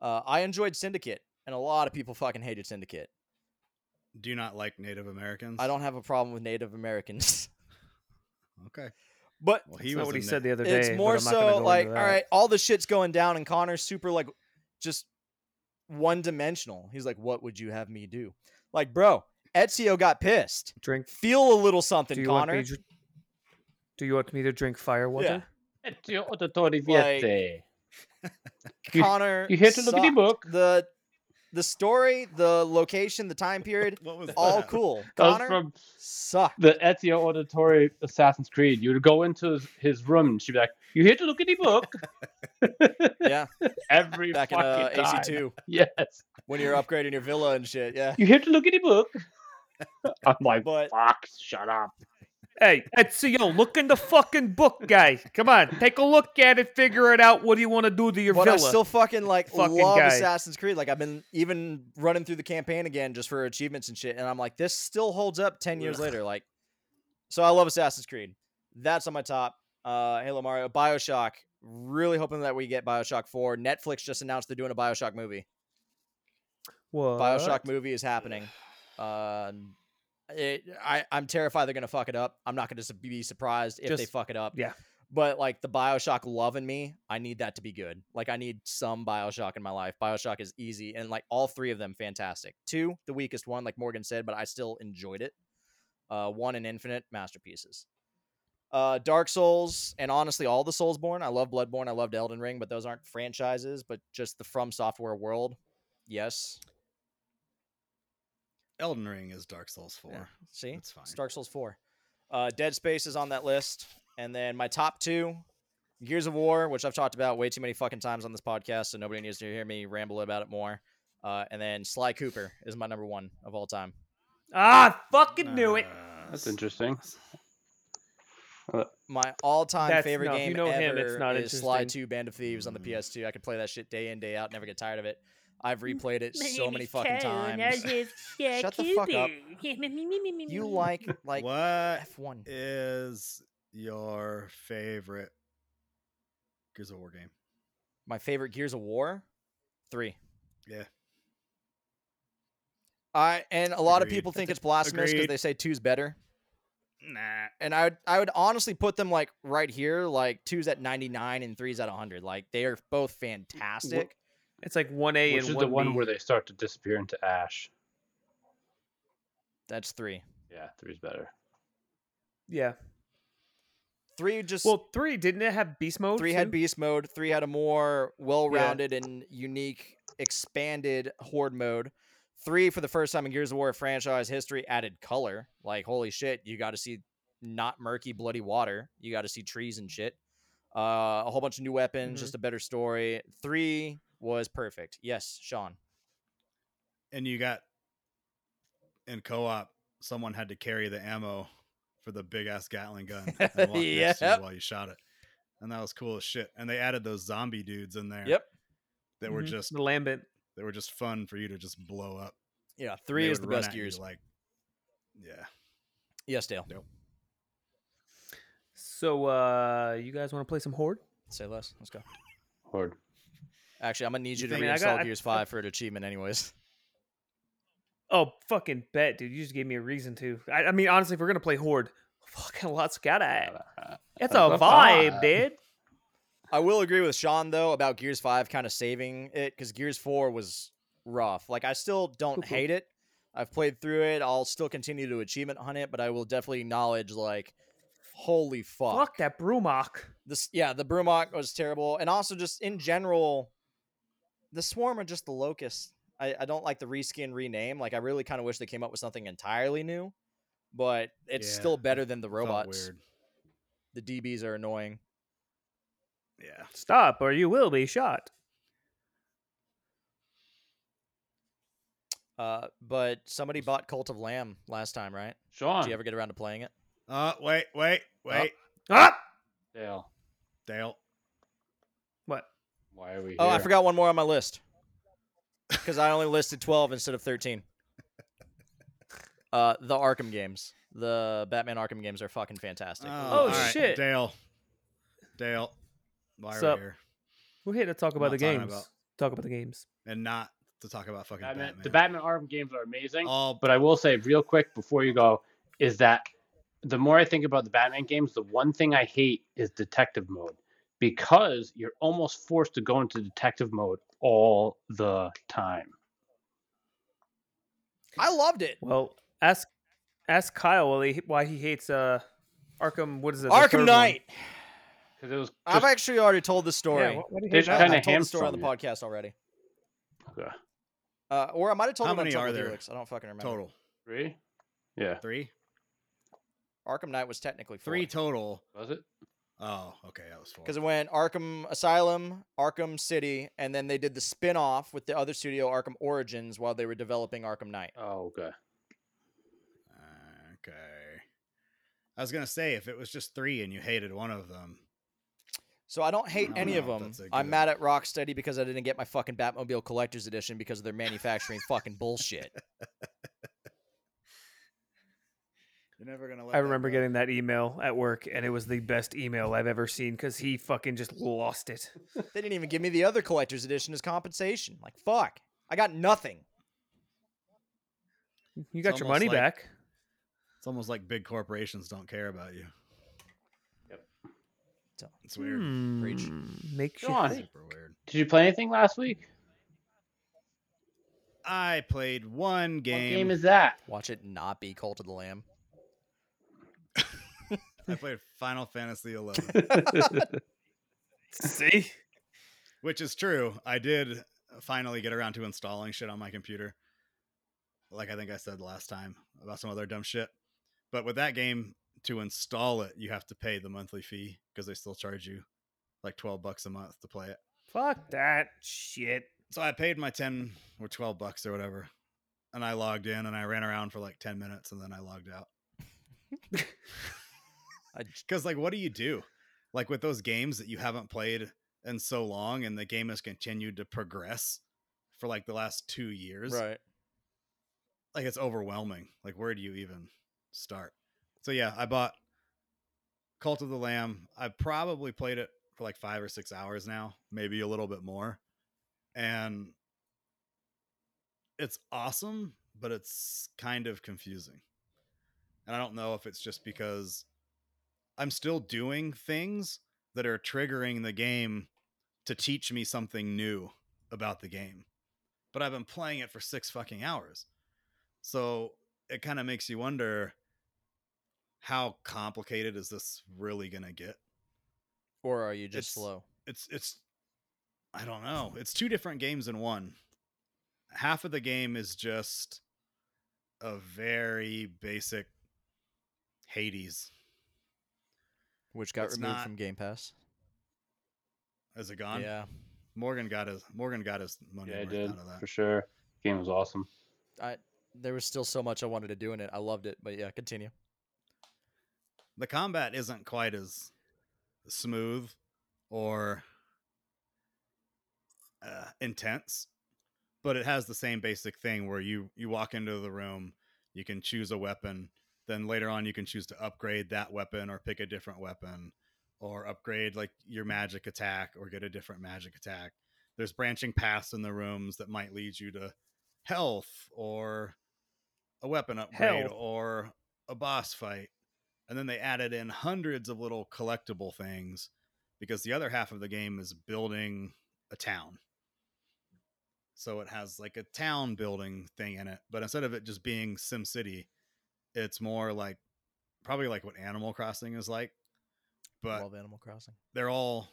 Uh, I enjoyed Syndicate, and a lot of people fucking hated Syndicate.
Do you not like Native Americans?
I don't have a problem with Native Americans,
Okay.
but
Well,
He
he
That's not
was
what
a
he said the
na-
other day.
it's
but
more
I'm not gonna
so
go
like all
into that.
right all the shit's going down and connor's super like just one dimensional he's like what would you have me do like bro ezio got pissed
Drink.
feel a little something
Do you
connor
want me? To, do you want me to drink firewater?
You-
connor
you here to look at the
sucked.
book?
the the story the location the time period
What was
all
that?
cool
That was
connor
from
sucked
the Ezio Auditore Assassin's Creed. You would go into his, his room and she'd be like, You here to look at the book?
yeah
Every
back in
fucking
uh,
time.
ac2
Yes.
when you're upgrading your villa and shit yeah
You here to look at the book? I'm like,
But-
Fuck, shut up.
Hey, Ezio, look in the fucking book, guy. Come on, take a look at it. Figure it out. What do you want to do to your
but
villa?
I still fucking like
Fucking
love
guy.
Assassin's Creed. Like I've been even running through the campaign again just for achievements and shit, and I'm like, this still holds up ten years
Ugh.
later. Like, so I love Assassin's Creed. That's on my top. Uh, Halo, Mario, Bioshock. Really hoping that we get Bioshock Four. Netflix just announced they're doing a Bioshock movie.
What?
Bioshock movie is happening. Um, it, I, I'm terrified they're gonna fuck it up. I'm not gonna su- be surprised if they
Just-
fuck it up.
yeah.
But like the Bioshock love in me, I need that to be good. Like I need some Bioshock in my life. Bioshock is easy, and like all three of them, fantastic. Two, the weakest one, like Morgan said, but I still enjoyed it. Uh, one and Infinite, masterpieces. Uh, Dark Souls, and honestly, all the Soulsborne. I love Bloodborne. I loved Elden Ring, but those aren't franchises, but just the From Software world. Yes,
Elden Ring is Dark Souls 4.
Yeah, See,
That's fine.
It's Dark Souls Four. Uh, Dead Space is on that list, and then my top two: Gears of War, which I've talked about way too many fucking times on this podcast, so nobody needs to hear me ramble about it more. Uh, and then Sly Cooper is my number one of all time.
Ah, I fucking knew it.
Uh,
That's interesting.
My all-time
That's-
favorite
no, if
game
you know him,
ever
it's not
is Sly
interesting.
2: Band of Thieves on the
Mm.
PS2. I could play that shit day in day out, never get tired of it. I've replayed it
My
so
name
many
is
fucking
Tyler, and I
times.
live
Shut the fuck up.
Shakopee.
You like like
what
F1?
is your favorite Gears of War game?
My favorite Gears of War, three.
Yeah.
I and a lot of
Agreed.
people think
That's
it's blasphemous because
agreed.
they say two's better.
Nah.
And I would I would honestly put them like right here, like two's at ninety nine and three's at hundred. Like they are both fantastic.
It's like one A
Which
and
is
one
the one
B.
where they start to disappear into ash.
That's three.
Yeah, three's better.
yeah.
Three just
Well, three didn't it have beast
Oh,
mode?
three had
too?
beast mode. Three had a more well rounded and unique expanded horde mode. Three for the first time in Gears of War franchise history added color. Like holy shit, you got to see not murky bloody water. You got to see trees and shit. Uh, a whole bunch of new
Mm-hmm.
weapons,
Mhm.
just a better story. Three was perfect. Yes, Sean.
And you got in co-op, someone had to carry the ammo for the big ass Gatling gun and walk next to
Yep.
you while you shot it, and that was cool as shit. And they added those zombie dudes in there.
Yep. Mm-hmm.
That were
Mhm.
just
the lambent.
that were just fun for you to just blow up.
Yeah,
and
three
they
is
would
the
run
best
at you
Gears.
Like, yeah,
yes, Dale.
So uh you guys want to play some horde?
Say less. Let's go.
Horde.
Actually, I'm gonna need
You
you to
think- I mean, I
reinstall
got- I-
Gears Five for an achievement, anyways.
Oh, fucking bet, dude. You just gave me a reason to. I, I mean, honestly, if we're gonna play horde, fucking lots
Eh.
gotta.
uh, That's
It's a
a
vibe,
vibe.
dude.
I will agree with Sean though about Gears Five kind of saving it because Gears Four was rough. Like I still don't
Cool, cool.
hate it. I've played through it. I'll still continue to achievement hunt it, but I will definitely acknowledge like, holy fuck,
Fuck that Brumach.
this yeah the Brumach was terrible, and also just in general, the Swarm are just the Locust. I, I don't like the reskin rename. Like I really kind of wish they came up with something entirely new, but it's
Yeah,
still
it
better than the
felt
robots.
Weird.
The DBs are annoying.
Yeah.
Stop, or you will be shot.
Uh, but somebody bought Cult of Lamb last time, right?
Sean.
Did you ever get around to playing it?
Uh, wait, wait,
Oh.
wait,
Ah!
Dale.
Dale.
What?
Why are we here?
Oh, I forgot one more on my list because I only listed twelve instead of thirteen. Uh, the Arkham games, the Batman Arkham games are fucking fantastic.
Oh,
all right,
shit.
Dale. Dale. Why are
Sup?
we here?
We're here to talk about
Not
the
talking
games.
about-
Talk about the games.
And not to talk about fucking
Batman,
Batman. Oh.
The Batman Arkham games are amazing.
All
But I will say real quick before you go is that the more I think about the Batman games, the one thing I hate is detective mode because you're almost forced to go into detective mode all the time.
I loved it.
Well, ask ask Kyle why he, why he hates uh Arkham. What is it? the third
Arkham
one?
Knight.
Because it was
I've
just,
actually already told the
Yeah,
story.
why- why do you
They
hate
just
I,
that?
kinda
I told the story on the
hamstrung
podcast already.
Okay.
Uh, or I might have told
How
it on
many
Talk
are
with
there
Helix. I don't fucking remember.
total.
three. Yeah,
Three?
Arkham Knight was technically four.
Three total.
was it?
Oh, okay. That was four.
because it went Arkham Asylum, Arkham City, and then they did the spin off with the other studio, Arkham Origins, while they were developing Arkham Knight.
Oh, okay.
Okay. I was going to say, if it was just three and you hated one of them,
So I don't hate
I don't
any of
know if
them.
Oh, that's a
I'm
good-
mad at Rocksteady because I didn't get my fucking Batmobile Collector's Edition because of their manufacturing fucking bullshit.
you're never going to let
I
that
remember
go.
getting that email at work, and it was the best email I've ever seen because he fucking just lost it.
They didn't even give me the other Collector's Edition as compensation. Like, fuck. I got nothing.
You
It's
got your
almost
money
like-
back.
It's almost like big corporations don't care about you.
Yep.
So-
It's weird.
Preach.
Hmm, Makes you
Go on.
think.
Super weird.
Did you play anything last week?
I played one game.
What game is that?
Watch it not be Cult of the Lamb.
I played Final Fantasy XI.
See,
Which is true. I did finally get around to installing shit on my computer. Like I think I said last time about some other dumb shit. But with that game, to install it, you have to pay the monthly fee because they still charge you like 12 bucks a month to play it.
fuck that shit.
So I paid my 10 or 12 bucks or whatever. And I logged in and I ran around for like 10 minutes and then I logged out. Because like, what do you do? Like with those games that you haven't played in so long, and the game has continued to progress for like the last two years.
right.
Like it's overwhelming. Like where do you even start? So yeah, I bought Cult of the Lamb. I probably played it for like five or six hours now, maybe a little bit more, and it's awesome, but it's kind of confusing. And I don't know if it's just because I'm still doing things that are triggering the game to teach me something new about the game. But I've been playing it for six fucking hours. So it kind of makes you wonder how complicated is this really going to get?
Or are you just
It's-
slow?
It's, it's, I don't know. It's two different games in one. Half of the game is just a very basic Hades.
Which got
it's
removed
not-
from Game Pass.
Is it gone?
Yeah.
Morgan got his Morgan got his money
Yeah, I
worth
did
out of that.
for sure. Game was awesome.
There was still so much I wanted to do in it. I loved it, but yeah, continue.
the combat isn't quite as smooth or uh, intense, but it has the same basic thing where you you walk into the room, you can choose a weapon, then later on you can choose to upgrade that weapon or pick a different weapon or upgrade like your magic attack or get a different magic attack. There's branching paths in the rooms that might lead you to health or a weapon upgrade
Health.
or a boss fight. And then they added in hundreds of little collectible things because the other half of the game is building a town. So it has like a town building thing in it, but instead of it just being Sim City, it's more like probably like what Animal Crossing is like. But
Love Animal Crossing.
they're all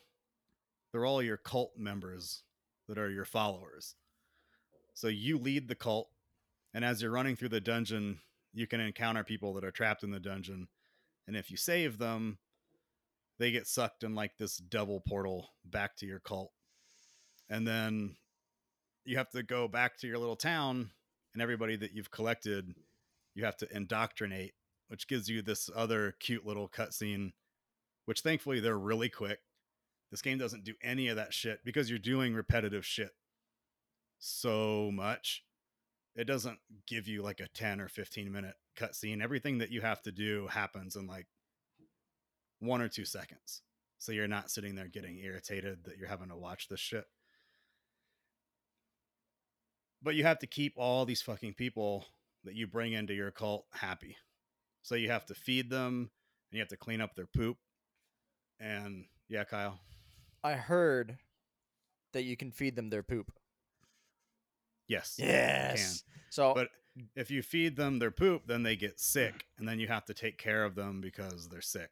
they're all your cult members that are your followers. So you lead the cult, and as you're running through the dungeon, you can encounter people that are trapped in the dungeon, and if you save them, they get sucked in like this double portal back to your cult. And then you have to go back to your little town, and everybody that you've collected, you have to indoctrinate, which gives you this other cute little cutscene which thankfully they're really quick. This game doesn't do any of that shit because you're doing repetitive shit so much. It doesn't give you like a 10 or 15 minute cutscene. Everything that you have to do happens in like one or two seconds. So you're not sitting there getting irritated that you're having to watch this shit. But you have to keep all these fucking people that you bring into your cult happy. So you have to feed them and you have to clean up their poop. And yeah, Kyle.
I heard that you can feed them their poop.
Yes.
Yes. So
But if you feed them their poop, then they get sick, and then you have to take care of them because they're sick.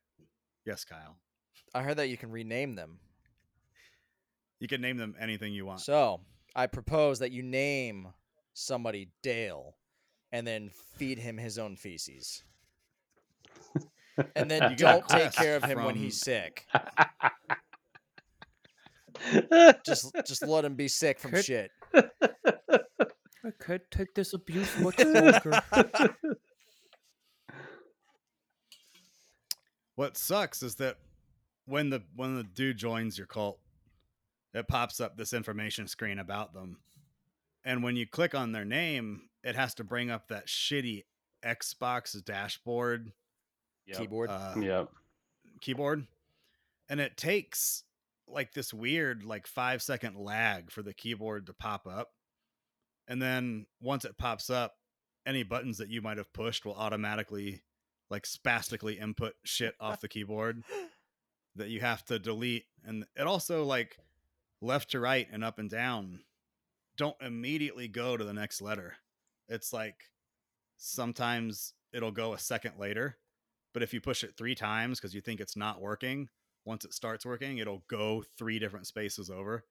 Yes, Kyle.
I heard that you can rename them.
You can name them anything you want.
So I propose that you name somebody Dale and then feed him his own feces. And then
You got
don't take
quest
care of him when
from-
he's sick. Just just let him be sick from
Could-
shit.
I can't take this abuse much longer.
what sucks is that when the when the dude joins your cult, it pops up this information screen about them. And when you click on their name, it has to bring up that shitty Xbox dashboard
Yep.
Keyboard.
uh,
Yep.
keyboard and it takes like this weird like five second lag for the keyboard to pop up and then once it pops up any buttons that you might have pushed will automatically like spastically input shit off the keyboard that you have to delete and it also like left to right and up and down don't immediately go to the next letter it's like sometimes it'll go a second later but if you push it three times because you think it's not working, once it starts working, it'll go three different spaces over.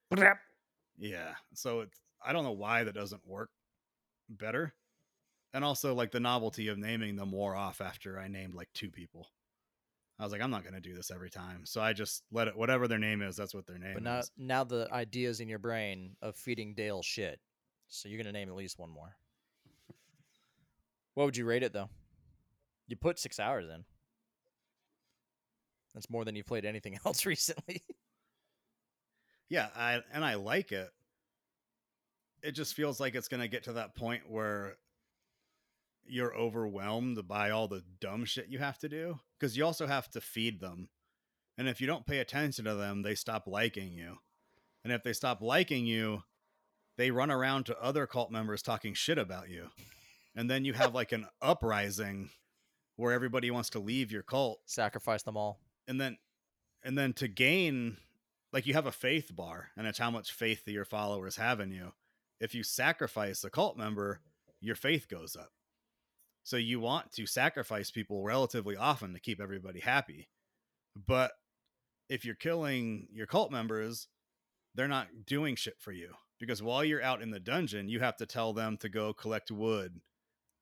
Yeah. So it's, I don't know why that doesn't work better. And also, like, the novelty of naming them wore off after I named like two people. I was like, I'm not going to do this every time. So I just let it, whatever their name is, that's what their name
but now
is.
now the idea's in your brain of feeding Dale shit. So you're gonna name at least one more. What would you rate it though? You put six hours in. That's more than you played anything else recently.
Yeah, I and I like it. It just feels like it's gonna get to that point where you're overwhelmed by all the dumb shit you have to do because you also have to feed them, and if you don't pay attention to them, they stop liking you, and if they stop liking you, they run around to other cult members talking shit about you, and then you have like an uprising where everybody wants to leave your cult
Sacrifice them all.
and then and then to gain like you have a faith bar and it's how much faith that your followers have in you if you sacrifice a cult member your faith goes up so you want to sacrifice people relatively often to keep everybody happy but if you're killing your cult members they're not doing shit for you because while you're out in the dungeon you have to tell them to go collect wood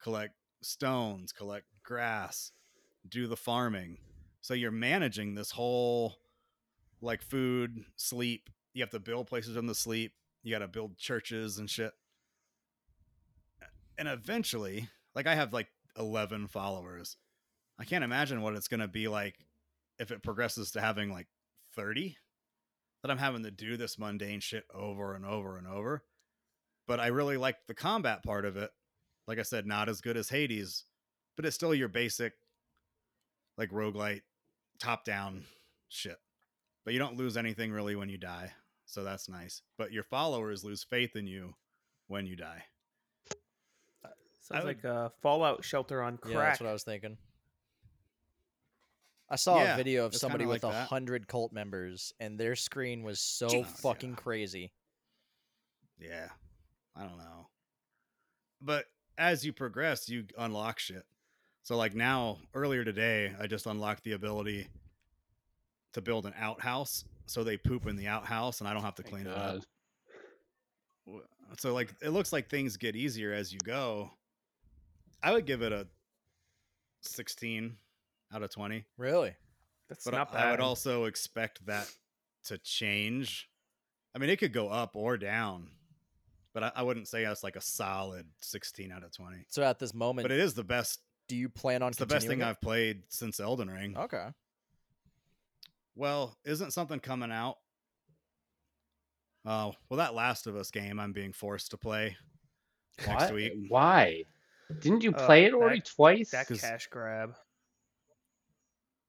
collect stones collect grass do the farming so you're managing this whole like food, sleep. You have to build places on the sleep. You got to build churches and shit. And eventually, like I have like 11 followers. I can't imagine what it's going to be like if it progresses to having like 30 that I'm having to do this mundane shit over and over and over. But I really like the combat part of it. Like I said, not as good as Hades, but it's still your basic like roguelite top down shit. But you don't lose anything really when you die. So that's nice. But your followers lose faith in you when you die.
Sounds
I would-
like a Fallout shelter on
Yeah,
crack.
that's what I was thinking. I saw
Yeah,
a video of
it's
somebody
kinda
with a
like that.
hundred cult members, and their screen was so
Jeez.
fucking
Yeah.
crazy.
Yeah. I don't know. But as you progress, you unlock shit. So like now earlier today, I just unlocked the ability to build an outhouse so they poop in the outhouse and I don't have to clean it up.
God.
w- so like it looks like things get easier as you go. I would give it a 16 out of 20,
Really?
That's
but I-
not bad.
I would also expect that to change. I mean, it could go up or down, but I, I wouldn't say that's like a solid 16 out of 20.
So at this moment,
But it is the best.
do you plan on
It's the best thing
continuing
I've played since Elden Ring.
it? Okay.
Well, isn't something coming out? Oh, well, that Last of Us game I'm being forced to play next
What?
week.
Why? Didn't you
Uh,
play it already
that-
twice?
that
'cause-
cash grab.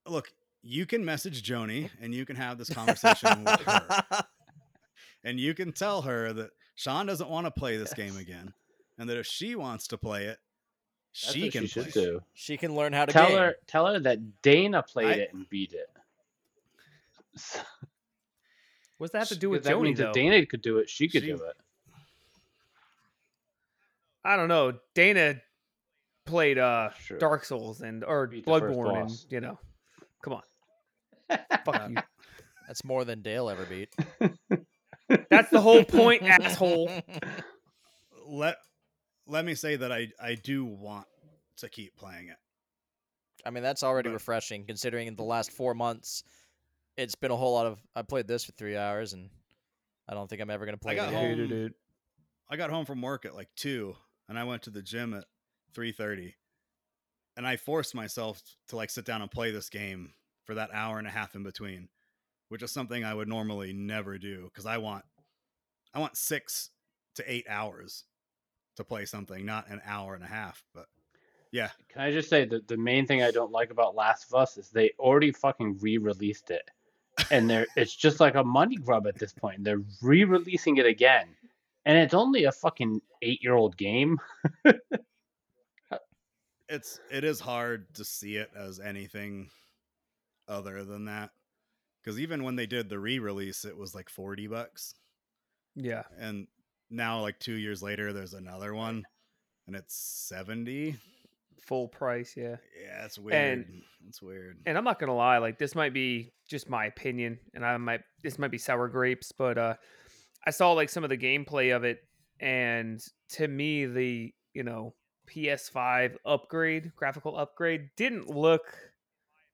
look, you can message Joni and you can have this conversation with her. And you can tell her that Sean doesn't want to play this game again. And that if she wants to play it,
That's
she
what
can
she should
play it.
do.
She can learn how to
Tell
game.
her, tell her that Dana played
I-
it and beat it.
What's that have to
Sh-
do with
that
Joni
means
though? uh,
if Dana could do it, she could
She-
do it.
I don't know. Dana played uh
Sure.
Dark Souls and or
Beat the first
Bloodborne, and
boss.
you know, come on, fuck you.
That's more than Dale ever beat.
That's the whole point, asshole.
Let let me say that I, I do want to keep playing it.
I mean, that's already
But-
refreshing considering in the last four months, it's been a whole lot of. I played this for three hours, and I don't think I'm ever going to play
I got
it again.
home I got home from work at like two, and I went to the gym at three thirty, and I forced myself to like sit down and play this game for that hour and a half in between, which is something I would normally never do because I want, I want six to eight hours to play something, not an hour and a half. But yeah,
Can I just say that the main thing I don't like about Last of Us is they already fucking re-released it, and they're it's just like a money grub at this point. They're re-releasing it again, and it's only a fucking eight-year-old game.
it's it is hard to see it as anything other than that because even when they did the re-release, it was like forty bucks.
Yeah,
and now like two years later there's another one and it's 70
full price. Yeah.
yeah it's weird it's weird
and I'm not gonna lie, like this might be just my opinion, and I might this might be sour grapes, but uh I saw like some of the gameplay of it, and to me the you know PS5 upgrade, graphical upgrade, didn't look,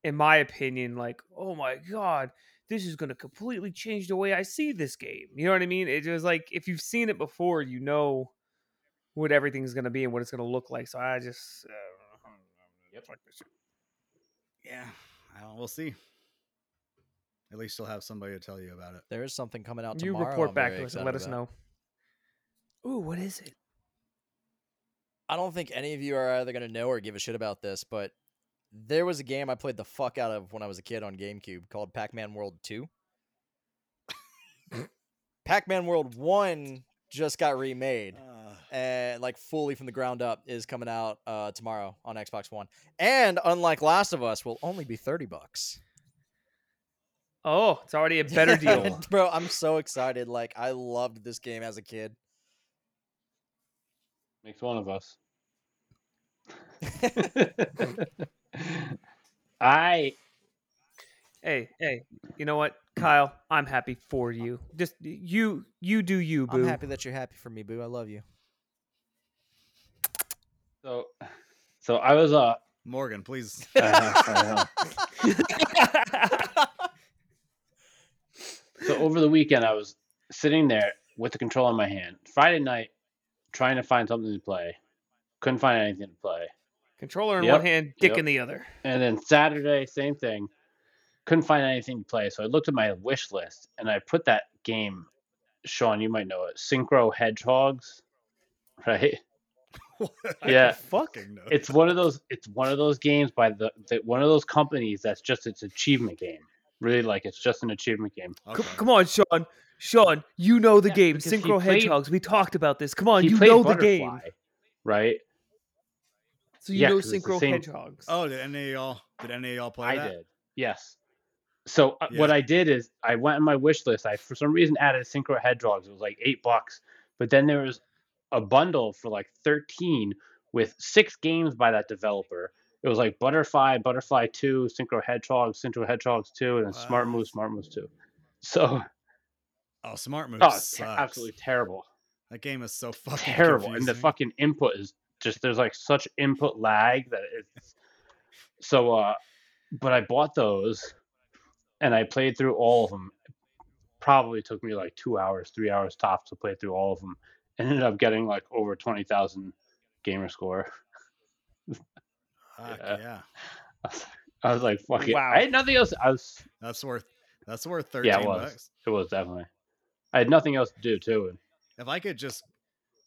in my opinion, like oh my god, this is gonna completely change the way I see this game. You know what I mean? It was like if you've seen it before, you know what everything's gonna be and what it's gonna look like. So I just. Uh,
Yep.
Yeah, I don't, we'll see. At least you'll have somebody to tell you about it.
There is something coming out
You
tomorrow.
report
I'm
back
very
to us and
excited
let us
about.
know. Ooh, what is it?
I don't think any of you are either going to know or give a shit about this, but there was a game I played the fuck out of when I was a kid on GameCube called Pac Man World 2. Pac Man World 1 just got remade.
Uh,
and like fully from the ground up is coming out uh, tomorrow on Xbox One. And unlike Last of Us, will only be thirty bucks.
Oh, it's already a better deal.
bro. I'm so excited. Like I loved this game as a kid.
Makes one of us. I
hey, hey, you know what, Kyle? I'm happy for you. Just you, you do you, boo.
I'm happy that you're happy for me, boo. I love you.
so so I was uh
Morgan, please.
so over the weekend I was sitting there with the controller in my hand. Friday night, trying to find something to play, couldn't find anything to play.
Controller in
Yep,
one hand, dick
yep.
in the other.
And then Saturday, same thing. Couldn't find anything to play, so I looked at my wish list and I put that game. Sean, you might know it, Synchro Hedgehogs, right?
What? I
Yeah.
don't fucking know.
It's one of those. It's one of those games by the, the one of those companies that's just its achievement game. Really, like it's just an achievement game.
C-
Okay.
come on, Sean. Sean, you know the
Yeah,
game.
because he
Synchro
played-
Hedgehogs. We talked about this. Come on,
He
Oh, you
played
know the game.
Butterfly, right?
So you
Yeah,
know
'cause it's the
Synchro
same-
Hedgehogs.
Oh, did any of y'all? Did any of y'all play
I
that?
did. Yes. So uh, what
Yeah.
I did is I went on my wish list. I for some reason added Synchro Hedgehogs. It was like eight bucks, but then there was a bundle for like thirteen with six games by that developer. It was like Butterfly, Butterfly Two, Synchro Hedgehogs, Synchro Hedgehogs Two, and then Smart
Wow.
Moves, Smart Moves Two. So
Oh, Smart Move
oh, it's
sucks.
ter- absolutely terrible,
That game is so fucking
terrible, and the
confusing.
fucking input is just there's like such input lag that it's so. uh But I bought those, and I played through all of them. Probably took me like two hours, three hours tops to play through all of them. and Ended up getting like over twenty thousand gamer score.
Fuck,
Yeah.
yeah.
I was, I was like, "Fuck it!"
Wow.
I had nothing else. I was.
that's worth that's worth thirteen
Yeah, it was.
bucks.
It was definitely. I had nothing else to do too. And
If I could just,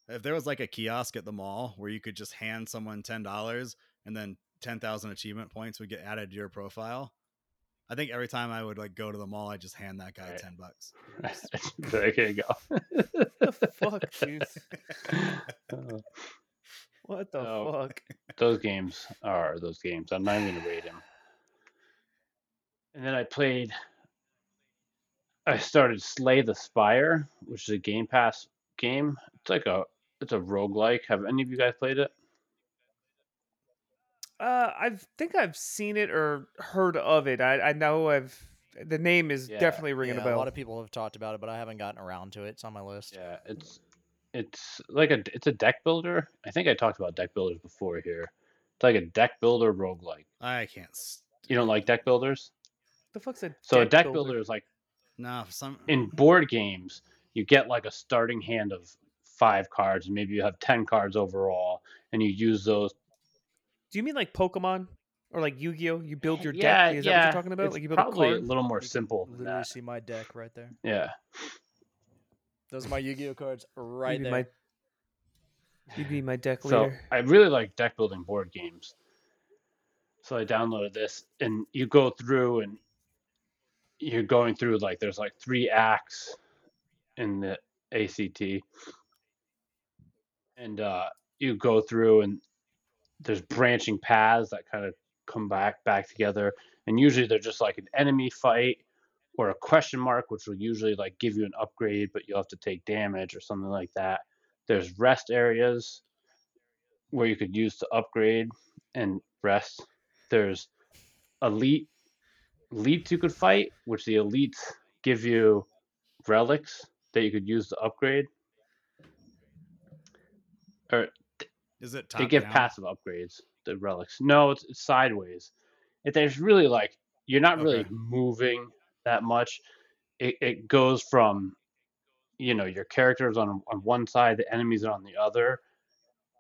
if there was like a kiosk at the mall where you could just hand someone ten dollars and then ten thousand achievement points would get added to your profile, I think every time I would like go to the mall, I just hand that guy
Right.
ten bucks.
there you go.
What the fuck, dude?
Uh,
What the
No.
fuck?
those games are those games. I'm not even gonna rate him. And then I played. I started Slay the Spire, which is a Game Pass game. It's like a it's a roguelike. Have any of you guys played it?
Uh, I think I've seen it or heard of it. I, I know I've the name is
Yeah.
definitely ringing
Yeah,
a bell.
a lot of people have talked about it, but I haven't gotten around to it. It's on my list.
Yeah, it's it's like a it's a deck builder. I think I talked about deck builders before here. It's like a deck builder roguelike.
I can't. s-
You don't like deck builders?
the fuck's a
So
deck
a deck
builder?
builder is like
Nah, for some
in board games, you get like a starting hand of five cards, and maybe you have ten cards overall, and you use those.
Do you mean like Pokemon or like Yu Gi Oh? You build your
Yeah,
deck. Is that what
yeah,
you're talking about?
it's
Like you build
probably
a
a
card.
little more
You can
simple than
Literally
that.
see my deck right there.
Yeah,
Those are my Yu-Gi-Oh cards right
You'd be
there.
my- you'd be my deck
so
leader.
I really like deck building board games. So I downloaded this, and you go through, and you're going through like there's like three acts in the ACT, and uh, you go through, and there's branching paths that kind of come back back together and usually they're just like an enemy fight or a question mark which will usually like give you an upgrade but you'll have to take damage or something like that there's rest areas where you could use to upgrade and rest there's elite elites you could fight which the elites give you relics that you could use to upgrade or
is it top
they give
down?
passive upgrades the relics no it's, it's sideways if there's really like you're not really
Okay.
moving that much it, it goes from you know your characters on on one side the enemies are on the other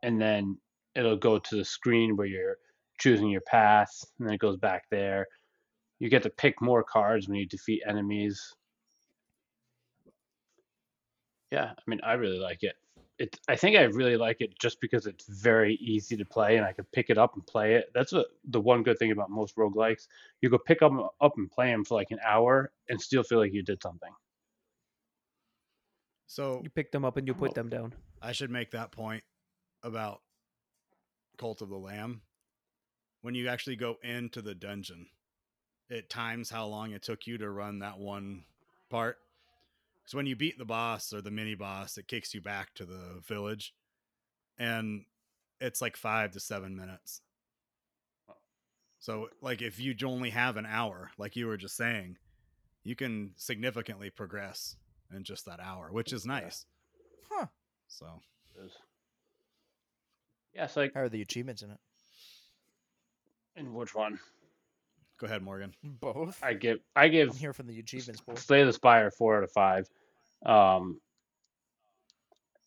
and then it'll go to the screen where you're choosing your path, and then it goes back there. You get to pick more cards when you defeat enemies. Yeah, I mean, I really like it. It, I think I really like it just because it's very easy to play, and I could pick it up and play it. That's a, the one good thing about most roguelikes. You go pick them up and play them for like an hour, and still feel like you did something.
So
You pick them up and you put them down.
I should make that point about Cult of the Lamb. When you actually go into the dungeon, it times how long it took you to run that one part. Because when you beat the boss or the mini boss, it kicks you back to the village. And it's like five to seven minutes. So, like, if you only have an hour, like you were just saying, you can significantly progress in just that hour, which is nice.
Huh.
So,
Yeah, so like,
How are the achievements in it?
in which one?
go ahead, Morgan.
Both.
I give, I
I'm
give
here from the achievements board.
Slay the Spire four out of five. Um,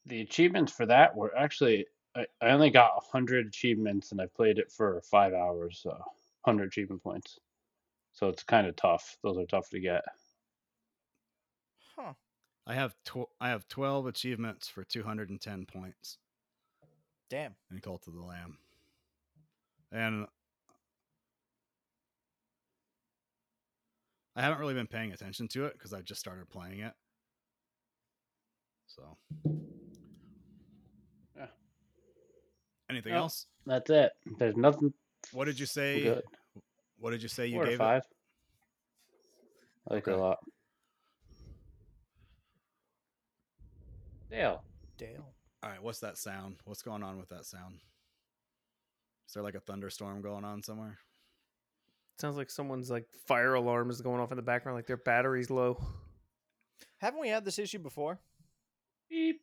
the achievements for that were actually I, I only got hundred achievements and I played it for five hours, so hundred achievement points. So it's kind of tough. Those are tough to get.
Huh.
I have tw- I have twelve achievements for two hundred and ten points
Damn.
in Cult of the Lamb, and I haven't really been paying attention to it because I've just started playing it. So,
Yeah.
Anything
Well,
else?
That's it. There's nothing.
What did you say?
good.
What did you say you
four
gave
or five. I like it a
Okay.
lot. Dale.
Dale.
it? All right. What's that sound? What's going on with that sound? Is there like a thunderstorm going on somewhere?
Sounds like someone's like fire alarm is going off in the background, like their battery's low.
Haven't we had this issue before?
Beep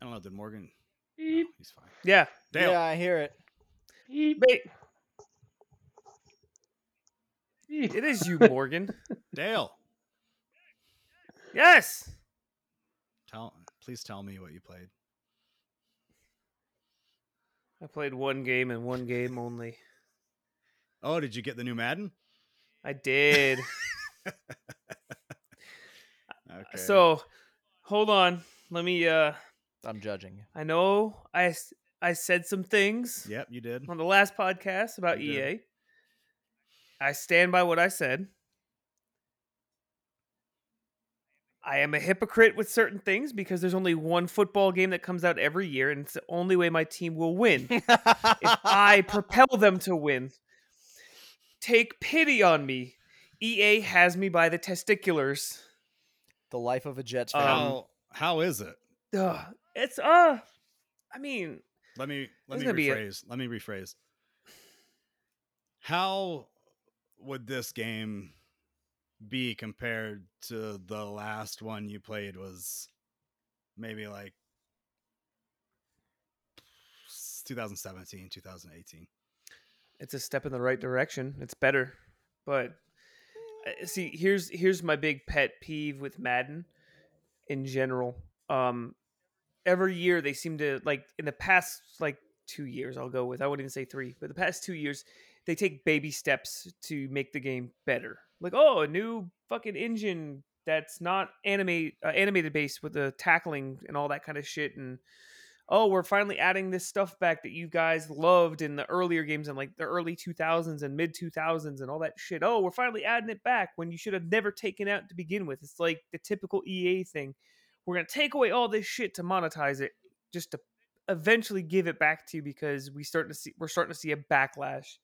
I don't know. Did Morgan? No,
beep
he's fine.
Yeah.
Dale.
Yeah, I hear it.
beep
Mate,
beep.
it is you, Morgan.
Dale,
yes.
tell please tell me what you played.
I played one game and one game only.
Oh, did you get the new Madden?
I did.
Okay.
So, hold on. Let me uh
I'm judging. you.
I know I s- I said some things
yep, you did.
on the last podcast about
You
EA.
did.
I stand by what I said. I am a hypocrite with certain things because there's only one football game that comes out every year, and it's the only way my team will win. if I propel them to win. Take pity on me. EA has me by the testiculars.
the life of a Jets fan.
Um,
how how is it?
Ugh. It's uh I mean,
Let me let
It's
me
gonna be a-
rephrase. Let me rephrase. How would this game be compared to the last one you played was maybe like 2017, 2018.
it's a step in the right direction. It's better. But uh, see, here's here's my big pet peeve with Madden in general. Um every year they seem to like in the past like 2 years I'll go with. I wouldn't even say 3, but the past 2 years they take baby steps to make the game better. Like, oh, a new fucking engine that's not anime uh, animated based with the tackling and all that kind of shit and oh, we're finally adding this stuff back that you guys loved in the earlier games and like the early 2000s and mid 2000s and all that shit. Oh, we're finally adding it back when you should have never taken out to begin with. It's like the typical EA thing. We're going to take away all this shit to monetize it just to eventually give it back to you because we start to see we're starting to see a backlash.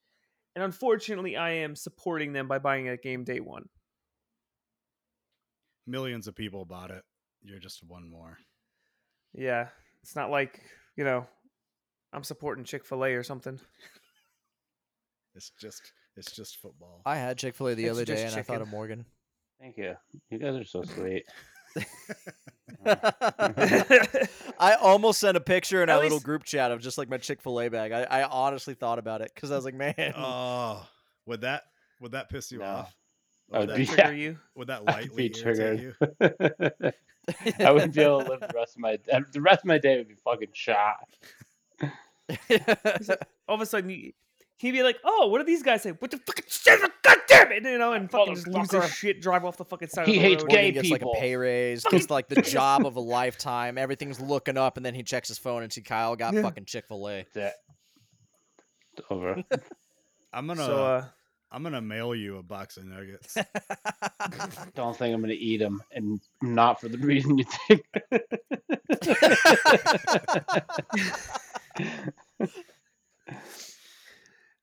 And unfortunately, I am supporting them by buying a game day one.
Millions of people bought it. You're just one more.
Yeah. It's not like, you know, I'm supporting Chick-fil-A or something.
It's just it's just football.
I had Chick Fil A the
It's
other day,
just
and I thought
chicken.
of Morgan.
Thank you. You guys are so sweet.
I almost sent a picture in
At
our little
least-
group chat of just like my Chick Fil A bag. I, I honestly thought about it because I was like, man,
Oh, would that would that piss you
No.
off?
I
Would
would
that,
be-
Trigger
Yeah.
you?
would that
I'd
lightly
be
irritate
triggered.
you?
I wouldn't be able to live the rest of my the rest of my day would be fucking shot.
all of a sudden you, He'd be like, "Oh, what do these guys say? What the fucking shit? God damn it!" You know, and fucking just lose his
Motherfucker.
shit, drive off the fucking side.
He
of the
hates
road.
gay
Morgan gets like
people.
a pay raise, gets like the job of a lifetime. Everything's looking up, and then he checks his phone and see Kyle got
Yeah.
fucking Chick Fil A.
That it's over.
I'm gonna
So, uh,
I'm gonna mail you a box of nuggets.
Don't think I'm gonna eat them, and not for the reason you think.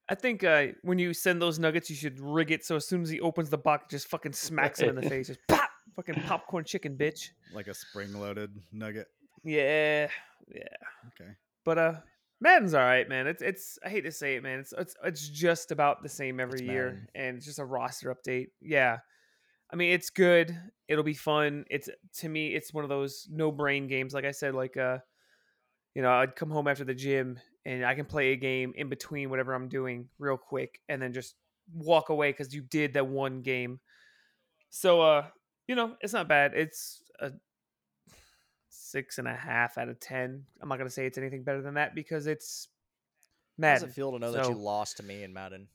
I think uh, when you send those nuggets, you should rig it so as soon as he opens the box, it just fucking smacks him in the face. Just pop, fucking popcorn chicken, bitch.
like a spring loaded nugget.
Yeah, yeah.
Okay.
But uh, Madden's all right, man. It's it's I hate to say it, man. It's it's it's just about the same every
It's
year,
Madden.
and it's just a roster update. Yeah, I mean it's good. It'll be fun. It's to me, it's one of those no brain games. Like I said, like uh, you know, I'd come home after the gym and I can play a game in between whatever I'm doing real quick, and then just walk away because you did that one game. So uh, you know, it's not bad. It's a six and a half out of ten. I'm not gonna say it's anything better than that because it's
How does
Madden.
it feel to know that you
So-
lost to me in Madden?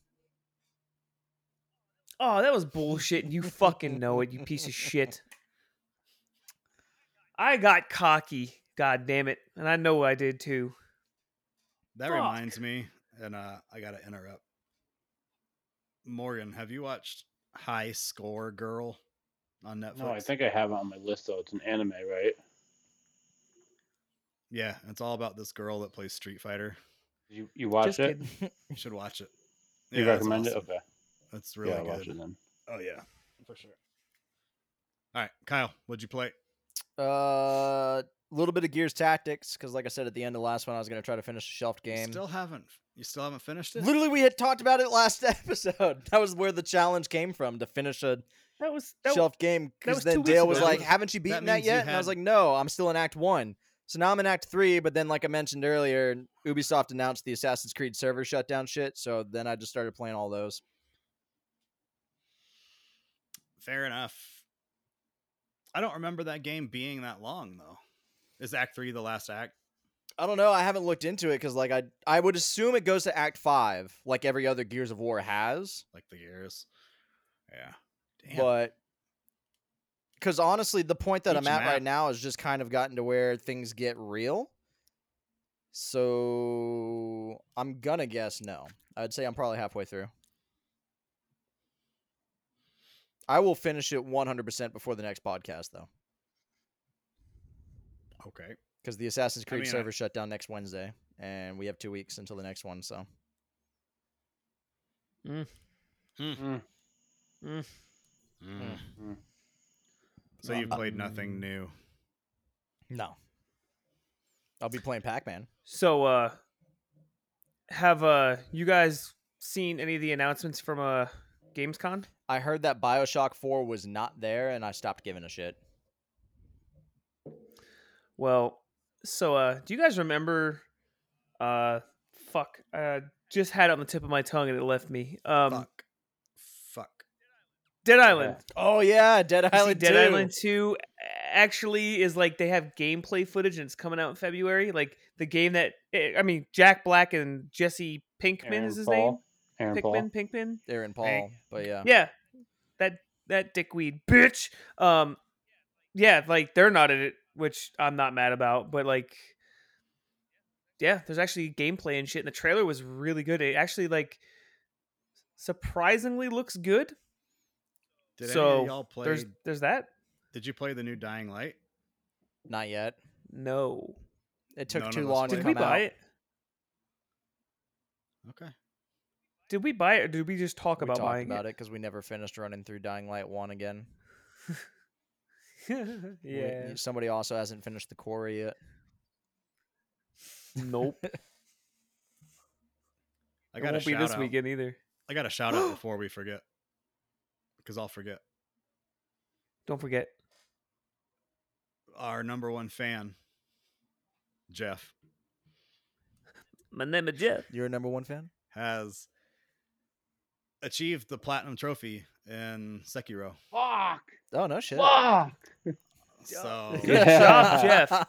Oh, that was bullshit. and You fucking know it, you piece of shit. I got cocky, god damn it. And I know I did too.
That
Fuck.
reminds me, and uh, I gotta interrupt. Morgan, have you watched High Score Girl on Netflix?
No, I think I have it on my list though. It's an anime, right?
Yeah, it's all about this girl that plays Street Fighter.
You you watch
Just
it?
kidding.
You should watch it.
You
it's
recommend it?
awesome.
Okay.
It's really
yeah, I'll watch
good.
it then.
Oh yeah, for sure. All right, Kyle, what'd you play?
Uh, little bit of Gears Tactics because, like I said at the end of the last one, I was gonna try to finish a shelved
You
game.
still haven't. You still haven't finished it.
Literally, we had talked about it last episode. That was where the challenge came from to finish a
That was that
shelved game.
that
Because
was
then
two weeks
Dale was
ago.
like, "Haven't you beaten that,
means you
yet?" And I was
had-
like, "No, I'm still in Act One." So now I'm in Act Three. But then, like I mentioned earlier, Ubisoft announced the Assassin's Creed server shutdown shit. So then I just started playing all those.
Fair enough. I don't remember that game being that long though. Is Act Three the last act?
I don't know. I haven't looked into it because, like, I I would assume it goes to Act Five, like every other Gears of War has.
Like the years? Yeah. Damn.
but because honestly the point that i'm
Each
at
map-
right now has just kind of gotten to where things get real so i'm gonna guess no i'd say i'm probably halfway through i will finish it 100% before the next podcast though
okay.
because the assassin's creed
mean, I-
server shut down next wednesday and we have two weeks until the next one so
Mm.
Mm.
Mm-hmm.
So
Uh,
you've played nothing new.
no i'll be playing pac-man
So uh have uh you guys seen any of the announcements from uh GamesCon?
i heard that bioshock 4 was not there and i stopped giving a shit
Well, so uh do you guys remember uh fuck uh just had it on the tip of my tongue and it left me. Um
Fuck. Fuck.
Dead Island.
Oh yeah, Dead
You see
Island.
Dead
2.
Island 2 actually is like they have gameplay footage and it's coming out in February. Like the game that eh, I mean Jack Black and Jesse Pinkman
Aaron
is his
Paul. Aaron
name.
Paul.
Pinkman, Pinkman.
Aaron Paul.
Hey.
But yeah.
Yeah. That that dickweed bitch. Um yeah, like they're not in it, which I'm not mad about, but like yeah, there's actually gameplay and shit and the trailer was really good. It actually like surprisingly looks good.
Did any
So,
of y'all play?
There's there's that?
Did you play the new Dying Light?
Not yet.
No.
It took
None of
too
us
long to
played
Did
it.
we
come
buy
out.
it?
Okay.
Did we buy it or did we just talk
We
about
talked
buying
about it because we never finished running through Dying Light One again.
it?
We-
yeah.
somebody also hasn't finished the quarry yet.
Nope.
I
it
got a
won't be
shout
this
out.
weekend either.
I got a shout out before we forget, because I'll forget.
Don't forget.
Our number one fan, Jeff,
My name is Jeff.
You're a number one fan.
has achieved the platinum trophy in Sekiro.
Fuck.
Oh no shit.
Fuck.
So
Good
Yeah.
job,
Ah.
Jeff.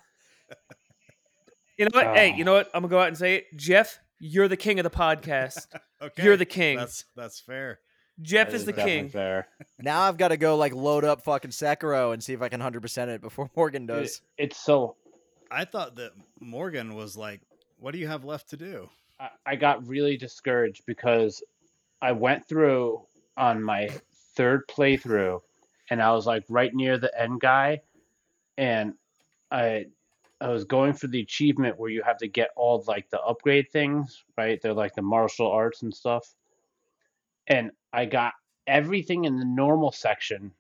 You know what? Hey, you know what? I'm gonna go out and say it. Jeff, You're the king of the podcast.
Okay,
You're the king.
That's that's fair.
Jeff
That
is the
definitely
king.
Fair.
Now I've got to go like load up fucking Sekiro and see if I can hundred percent it before Morgan
It-
does.
it's so
I thought that Morgan was like, "What do you have left to do?"
I, I got really discouraged because I went through on my third playthrough and I was like right near the end guy and I I was going for the achievement where you have to get all like the upgrade things, right? They're like the martial arts and stuff. And I got everything in the normal section,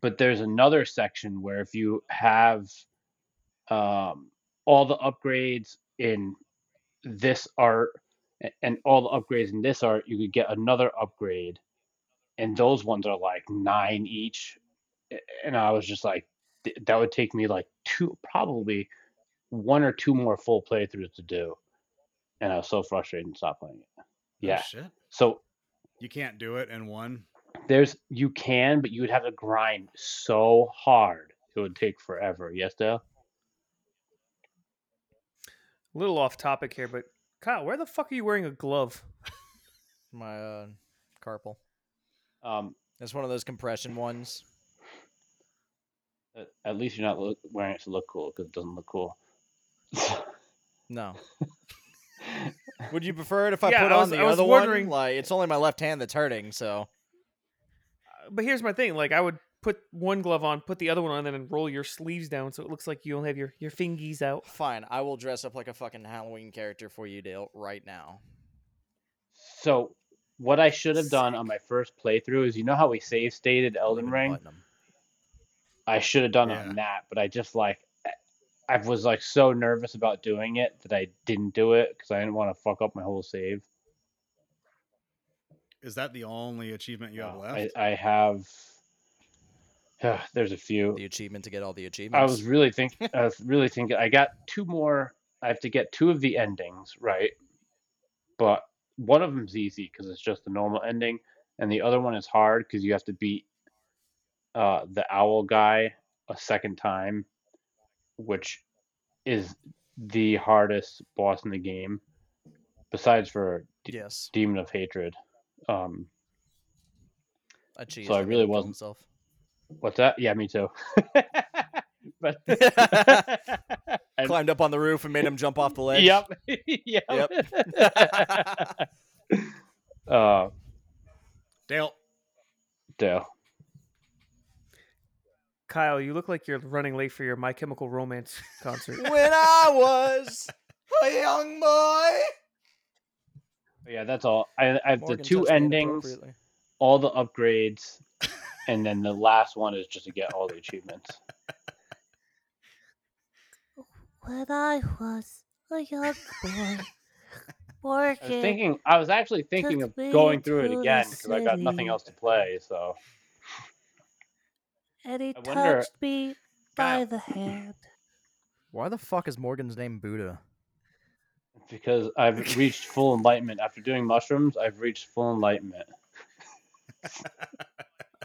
but there's another section where if you have um, all the upgrades in this art a- and all the upgrades in this art, you could get another upgrade. And those ones are like nine each. A- And I was just like, th- that would take me like two, probably one or two more full playthroughs to do. And I was so frustrated and stopped playing it.
No
Yeah.
shit.
So
You can't do it in one.
there's, you can, but you would have to grind so hard. It would take forever. Yes, Dale?
A little off topic here, but Kyle, where the fuck are you wearing a glove?
My uh, carpal.
Um,
That's one of those compression ones.
at- at least you're not look, wearing it to look cool because it doesn't look cool.
No. Would you prefer it if I
Yeah,
put
I
on
was-
the
I was
other
wondering-
one? Like it's only my left hand that's hurting, so
Uh, But here's my thing: like, I would put one glove on, put the other one on, and then roll your sleeves down so it looks like you only have your your fingies out.
fine. I will dress up like a fucking Halloween character for you, Dale, right now.
So what I should have done on my first playthrough is you know how we save stated Elden
Even
Ring?
button 'em.
I should have done
Yeah.
on that, but I just like I was like so nervous about doing it that I didn't do it because I didn't want to fuck up my whole save.
Is that the only achievement you have
Uh,
left?
I, I have there's a few.
The achievement to get all the achievements.
I was really thinking I was really thinking I got two more I have to get two of the endings, right? But one of them's easy because it's just the normal ending, and the other one is hard because you have to beat uh, the owl guy a second time, which is the hardest boss in the game, besides for D-
yes.
Demon of Hatred. Um,
I cheated.
I really wasn't-
Myself.
what's that? Yeah, me too. but And-
Climbed up on the roof and made him jump off the ledge.
Yep. yep. uh,
Dale,
Dale.
Kyle, you look like you're running late for your My Chemical Romance concert.
when I was a young boy.
Yeah, that's all. I, I have the two endings, all the upgrades, and then the last one is just to get all the achievements.
When I was a young boy,
I was
Morgan.
thinking, I was actually thinking of
Took me
going through
to
it
the
again because I got nothing
city.
else to play. So
and he
I wonder-
touched me by
Kyle.
the hand.
Why the fuck is Morgan's name Buddha?
because I've reached full enlightenment after doing mushrooms, I've reached full enlightenment.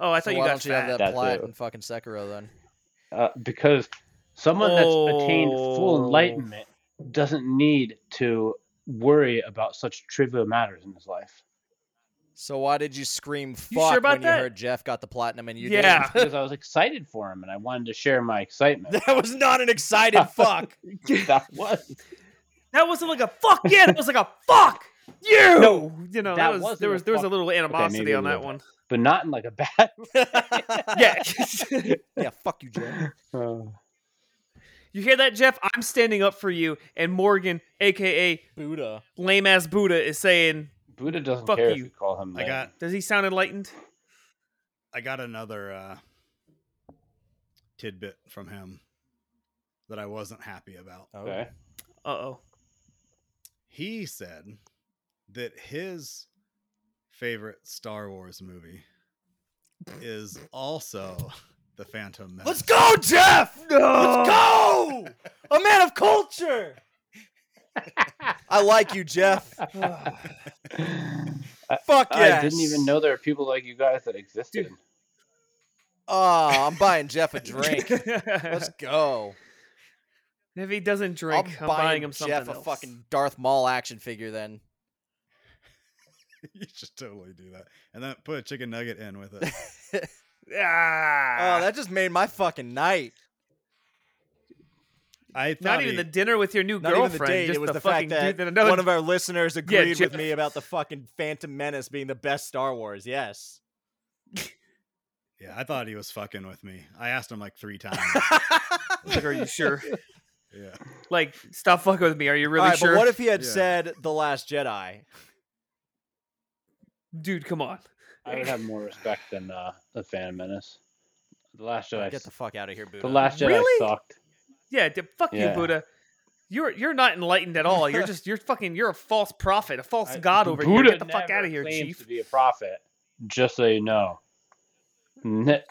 Oh, I thought
So
you
why
got
don't you have
fat.
that
That
plat
too.
in fucking Sekiro then?
Uh, because someone that's attained full
Oh.
enlightenment doesn't need to worry about such trivial matters in his life.
So why did you scream fuck
You sure about
when
that?
you heard Jeff got the platinum and you
Yeah.
because I was excited for him and I wanted to share my excitement.
didn't? That was not an excited fuck.
that was
That wasn't like a fuck yeah. That was like a fuck you.
No,
you know
that
that was
wasn't
there
a
was there was a
fuck-
little animosity
maybe a
on that
little
one.
but not in like a bad
Yeah,
yeah, fuck you, Jeff.
Uh,
you hear that, Jeff? I'm standing up for you, and Morgan, aka
Buddha.
lame ass Buddha, is saying,
Buddha doesn't
Fuck
care
you.
if you call him
I
lame.
got
"Does he sound enlightened?"
I got another uh, tidbit from him that I wasn't happy about.
Oh.
okay.
Uh oh.
He said that his favorite Star Wars movie is also The Phantom Menace.
Let's go, Jeff! Let's go! A man of culture! I like you, Jeff. Fuck yes.
I didn't even know there were people like you guys that existed.
Oh, I'm buying Jeff a drink. Let's go.
And if he doesn't drink,
I'm
I'm buying
buying
him something
Jeff a
else.
fucking Darth Maul action figure then.
you should totally do that, and then put a chicken nugget in with it.
Ah,
Oh, that just made my fucking night.
I thought
not
he-
even the dinner with your new
Not
girlfriend.
even the date.
just
It was
the,
the,
fucking
fact that
dude that another
one of our listeners agreed
Jeff.
with me about the fucking Phantom Menace being the best Star Wars. Yes.
Yeah, I thought he was fucking with me. I asked him like three times.
Um, Like, are you sure?
yeah.
Like, stop fucking with me. Are you really
All right,
sure?
but what if he had
Yeah.
said The Last Jedi?
Dude, come on.
I would have more respect than uh, the Phantom Menace. The Last Jedi.
Get the fuck out of here,
the,
Buddha.
Last Jedi
Really?
sucked.
Yeah, d- fuck
Yeah.
you, Buddha. You're you're not enlightened at all. You're just you're fucking you're a false prophet, a false
I-
god over here.
Buddha
Get the fuck
never
out of here,
claims
chief.
To be a prophet, just so you know. Ne-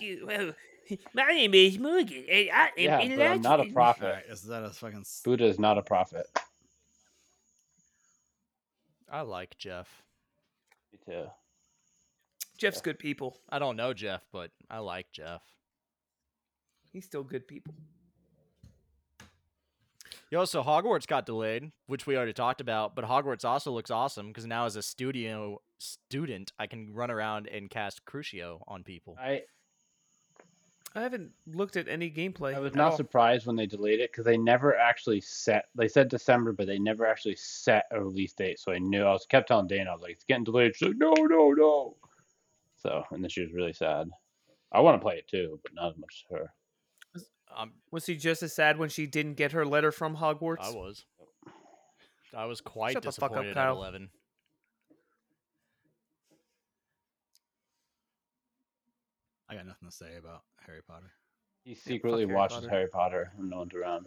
You, well, my name is Morgan, and I am
yeah, but I'm not a
enlightened.
All
prophet.
right. Is that a fucking? s-
Buddha is not a prophet.
I like Jeff.
Me too.
Jeff's good people.
I don't know Jeff, but I like Jeff.
He's still good people.
Yo, so Hogwarts got delayed, which we already talked about, but Hogwarts also looks awesome because now as a studio student, I can run around and cast Crucio on people.
I,
I haven't looked at any gameplay.
I was
at
not
all.
surprised when they delayed it because they never actually set. They said December, but they never actually set a release date. So I knew I was kept telling Dana, I was like, "It's getting delayed." She's like, "No, no, no." So and then she was really sad. I want to play it too, but not as much as her.
Um,
Was he just as sad when she didn't get her letter from Hogwarts?
I was. I was quite
Shut the fuck up,
disappointed at
Kyle.
11.
I got nothing to say about Harry Potter.
He secretly
Harry
watches
Potter.
Harry Potter when no one's around.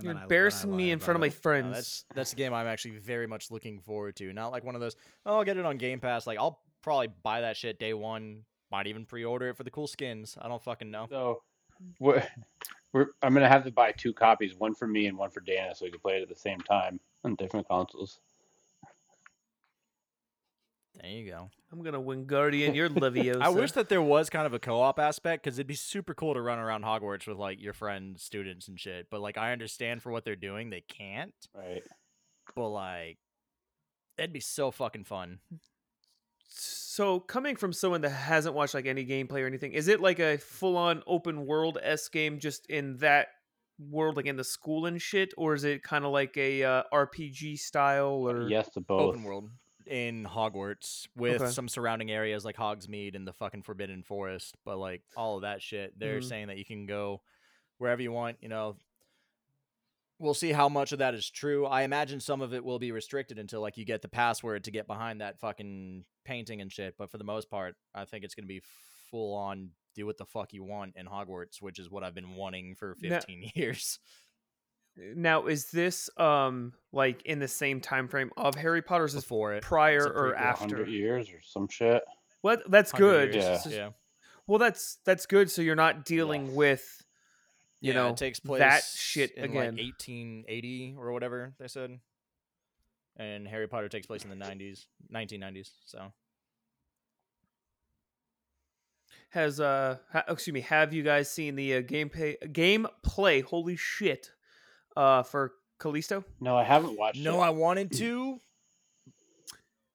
And
You're
then I- then I
embarrassing me
lied
in front of
about
my
it. Oh,
No,
friends.
that's that's a game I'm actually very much looking forward to. Not like one of those. Oh, I'll get it on Game Pass. Like I'll probably buy that shit day one. Might even pre-order it for the cool skins. I don't fucking know.
So we're, we're I'm gonna have to buy two copies, one for me and one for Dana, so we can play it at the same time on different consoles.
There you go.
I'm gonna win Guardian. You're Leviosa.
I wish that there was kind of a co-op aspect because it'd be super cool to run around Hogwarts with like your friends, students, and shit. But like I understand for what they're doing, they can't.
Right.
But like, that'd be so fucking fun.
So coming from someone that hasn't watched like any gameplay or anything, is it like a full-on open world s game just in that world, like in the school and shit, or is it kind of like a uh, RPG style? Or
Yes to both.
Open world in Hogwarts with
Okay.
some surrounding areas like Hogsmeade and the fucking Forbidden Forest, but like all of that shit. They're
Mhm.
saying that you can go wherever you want, you know. We'll see how much of that is true. I imagine some of it will be restricted until like you get the password to get behind that fucking painting and shit, but for the most part, I think it's going to be full on do what the fuck you want in Hogwarts, which is what I've been wanting for
Now-
15 years.
now is this um like in the same time frame of Harry Potter? or Is this
Before it.
prior
It's a
or
prequel.
after?
Hundred years or some shit.
Well, that's
100
good.
years.
Yeah.
So-
yeah.
Well, that's that's good. So you're not dealing
Yes.
with you
Yeah,
know
it takes place
that shit
in
again.
like 1880 or whatever they said, and Harry Potter takes place in the 90s, 1990s. So
has uh ha- excuse me have you guys seen the uh, gameplay gameplay holy shit uh for callisto
No, I haven't watched it.
no, I wanted to.
Or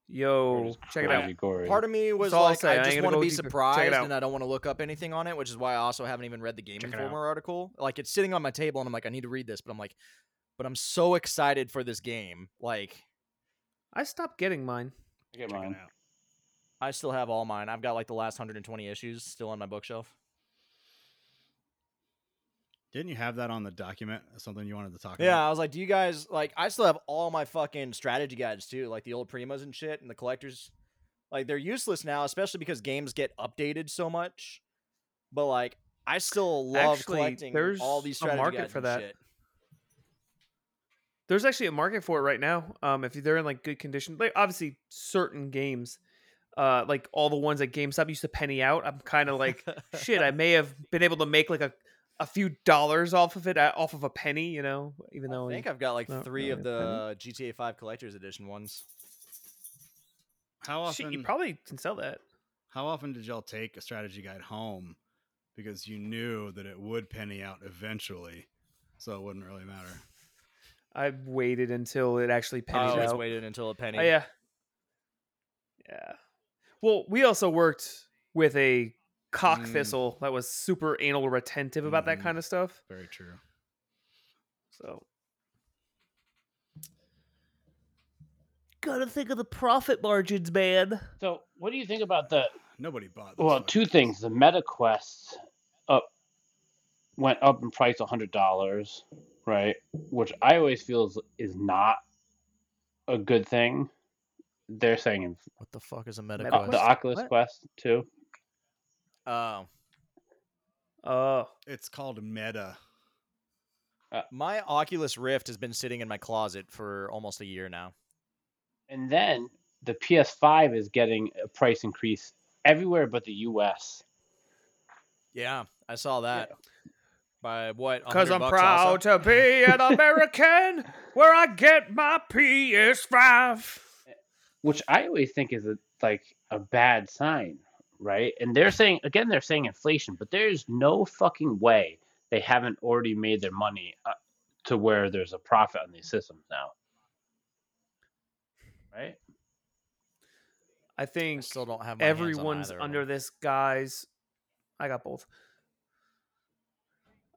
yo
just
check it
crazy
out
Gory.
Part of me was
all I'll
like,
say, I
I
ain't
just
gonna
want to
go
be
deeper. Check it
surprised,
out.
and I don't want to look up anything on it, which is why I also haven't even read the Game
Check it
Informer article. Like, it's sitting on my table, and I'm like, I need to read this, but I'm like, but I'm so excited for this game. Like,
i stopped getting mine
I get
Check it
mine.
out.
I still have all mine. I've got like the last 120 issues still on my bookshelf.
Didn't you have that on the document? as Something you wanted to talk
Yeah,
about?
I was like, do you guys like? I still have all my fucking strategy guides too, like the old primos and shit, and the collectors. Like they're useless now, especially because games get updated so much. But like, I still love
Actually,
collecting
there's
all
a
these strategy
market
guides
for
and
that.
shit.
there's actually a market for it right now um if they're in like good condition like obviously certain games uh like all the ones at gamestop used to penny out i'm kind of like shit i may have been able to make like a a few dollars off of it uh, off of a penny you know even though
I think
you-
I've got like
not
three of
really a penny.
the GTA Five Collector's Edition ones.
How
shit,
often?
you probably can sell that
how often did y'all take a strategy guide home because you knew that it would penny out eventually, so it wouldn't really matter.
I waited until it actually
I
pennied
always
out.
waited until a penny.
Oh, yeah. Yeah. Well, we also worked with a cock
Mm.
thistle that was super anal retentive about that
Mm-hmm.
Mhm.
kind of stuff.
Very true.
So
Gotta think of the profit margins, man.
So, what do you think about the?
Nobody bought. This
Well,
one.
two things. The Meta Quest up went up in price hundred dollars, right? Which I always feel is, is not a good thing. They're saying
What the fuck is a meta
Meta
uh, the
Quest?
quest?
Oculus
What?
Quest too.
Oh,
oh
It's called Meta.
my Oculus Rift has been sitting in my closet for almost a year now.
And then the PS5 is getting a price increase everywhere but the US.
Yeah, I saw that. By what?
because
100
I'm
bucks also?
proud to be an American where I get my PS5.
which I always think is a, like a bad sign, right? And they're saying again, they're saying inflation, but there's no fucking way they haven't already made their money uh, to where there's a profit on these systems now, right?
I
I
think
still don't have my hands on
everyone's
either of
under
them.
this guy's I got both.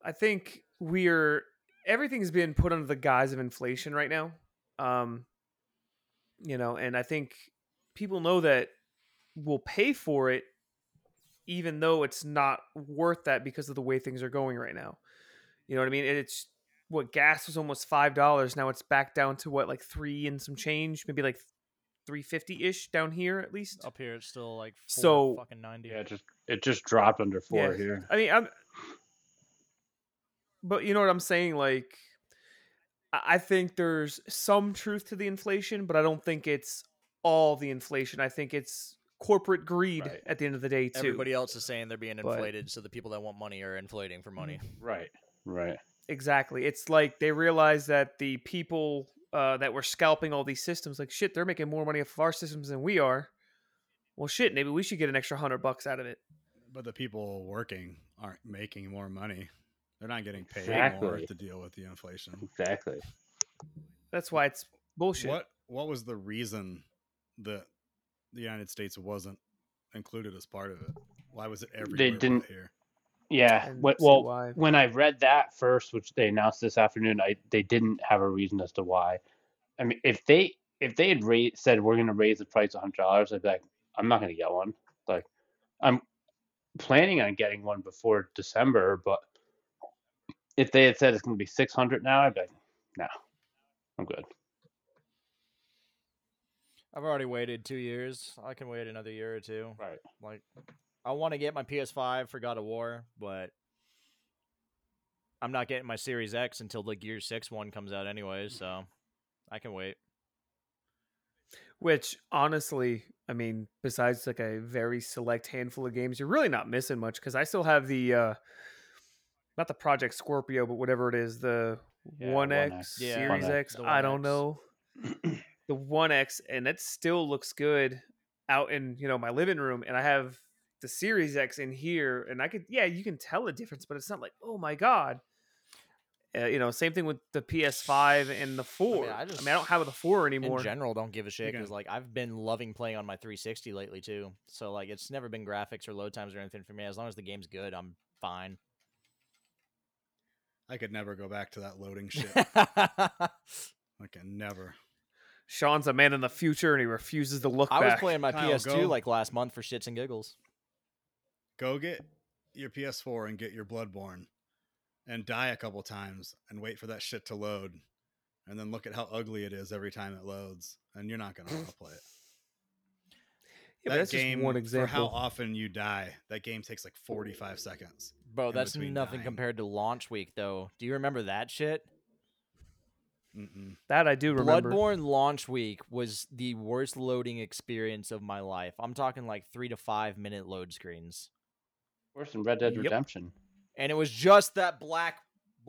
I think we're everything's been put under the guise of inflation right now. Um you know, and I think people know that we'll pay for it even though it's not worth that because of the way things are going right now. You know what I mean? And It's what gas was almost five dollars. Now it's back down to what, like three and some change, maybe like three fifty ish down here at least.
up here. It's still like four
So-
fucking ninety.
Yeah, it just it just dropped under four
Yeah.
here.
I mean, I'm. But you know what I'm saying? Like, I I think there's some truth to the inflation, but I don't think it's all the inflation. I think it's corporate greed
Right.
at the end of the day, too.
Everybody else is saying they're being
But-
inflated, so the people that want money are inflating for money.
Right, right.
Exactly. It's like they realize that the people uh, that were scalping all these systems, like, shit, they're making more money off of our systems than we are. Well, shit, maybe we should get an extra hundred bucks out of it.
But the people working aren't making more money. They're not getting paid more
Exactly.
to deal with the inflation.
Exactly.
That's why it's
Oh,
bullshit.
What What was the reason that the United States wasn't included as part of it? Why was it everywhere? but
didn't-
here.
Yeah.
And
What,
see
well,
why.
when I read that first, which they announced this afternoon, I they didn't have a reason as to why. I mean, if they if they had ra- said we're going to raise the price a hundred dollars, I'd be like, I'm not going to get one. Like, I'm planning on getting one before December, but if they had said it's going to be six hundred now, I'd be like, no, I'm good.
I've already waited two years. I can wait another year or two.
Right.
Like, I want to get my PS5 for God of War, but I'm not getting my Series X until the Gear Six one comes out anyway. So I can wait.
Which honestly, I mean, besides like a very select handful of games, you're really not missing much because I still have the uh not the Project Scorpio, but whatever it is, the
Yeah,
One
1X.
X
Yeah,
Series
1X.
X.
The
I don't
1X.
know the One X, and it still looks good out in you know my living room, and I have the Series X in here, and I could yeah, you can tell a difference, but it's not like oh my god. Uh, you know, same thing with the PS5 and the four. I mean,
I
I,
just-
don't have the four anymore.
In general, don't give a shit
gonna-
because like I've been loving playing on my 360 lately too. So like it's never been graphics or load times or anything for me. As long as the game's good, I'm fine.
I could never go back to that loading shit. I can never.
Sean's a man in the future, and he refuses to look
I
back.
was playing my
Kyle,
PS2
go.
like last month for shits and giggles.
Go get your PS4 and get your Bloodborne, and die a couple times, and wait for that shit to load, and then look at how ugly it is every time it loads, and you're not gonna want to play it.
Yeah, but
that
that's just
game
one
for how
example.
often you die. That game takes like 45 seconds.
Bro,
In
that's
between
nothing
dying.
compared to launch week though. Do you remember that shit?
Mm-mm.
that I do remember.
Bloodborne launch week was the worst loading experience of my life. I'm talking like 3 to 5 minute load screens.
Worse than Red Dead
Yep.
Redemption.
and it was just that black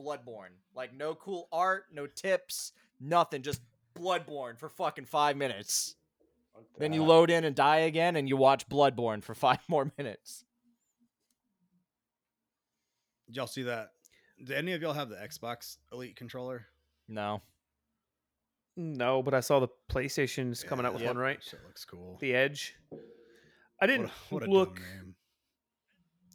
Bloodborne. Like no cool art, no tips, nothing. Just Bloodborne for fucking five minutes. Then you
Uh,
load in and die again, and you watch Bloodborne for five more minutes.
Did y'all see that? Did any of y'all have the Xbox Elite controller?
No.
No, but I saw the PlayStation's coming out with
Yeah,
one, right?
Shit looks cool.
The Edge. I
What a-
didn't
what a dumb
look.
name.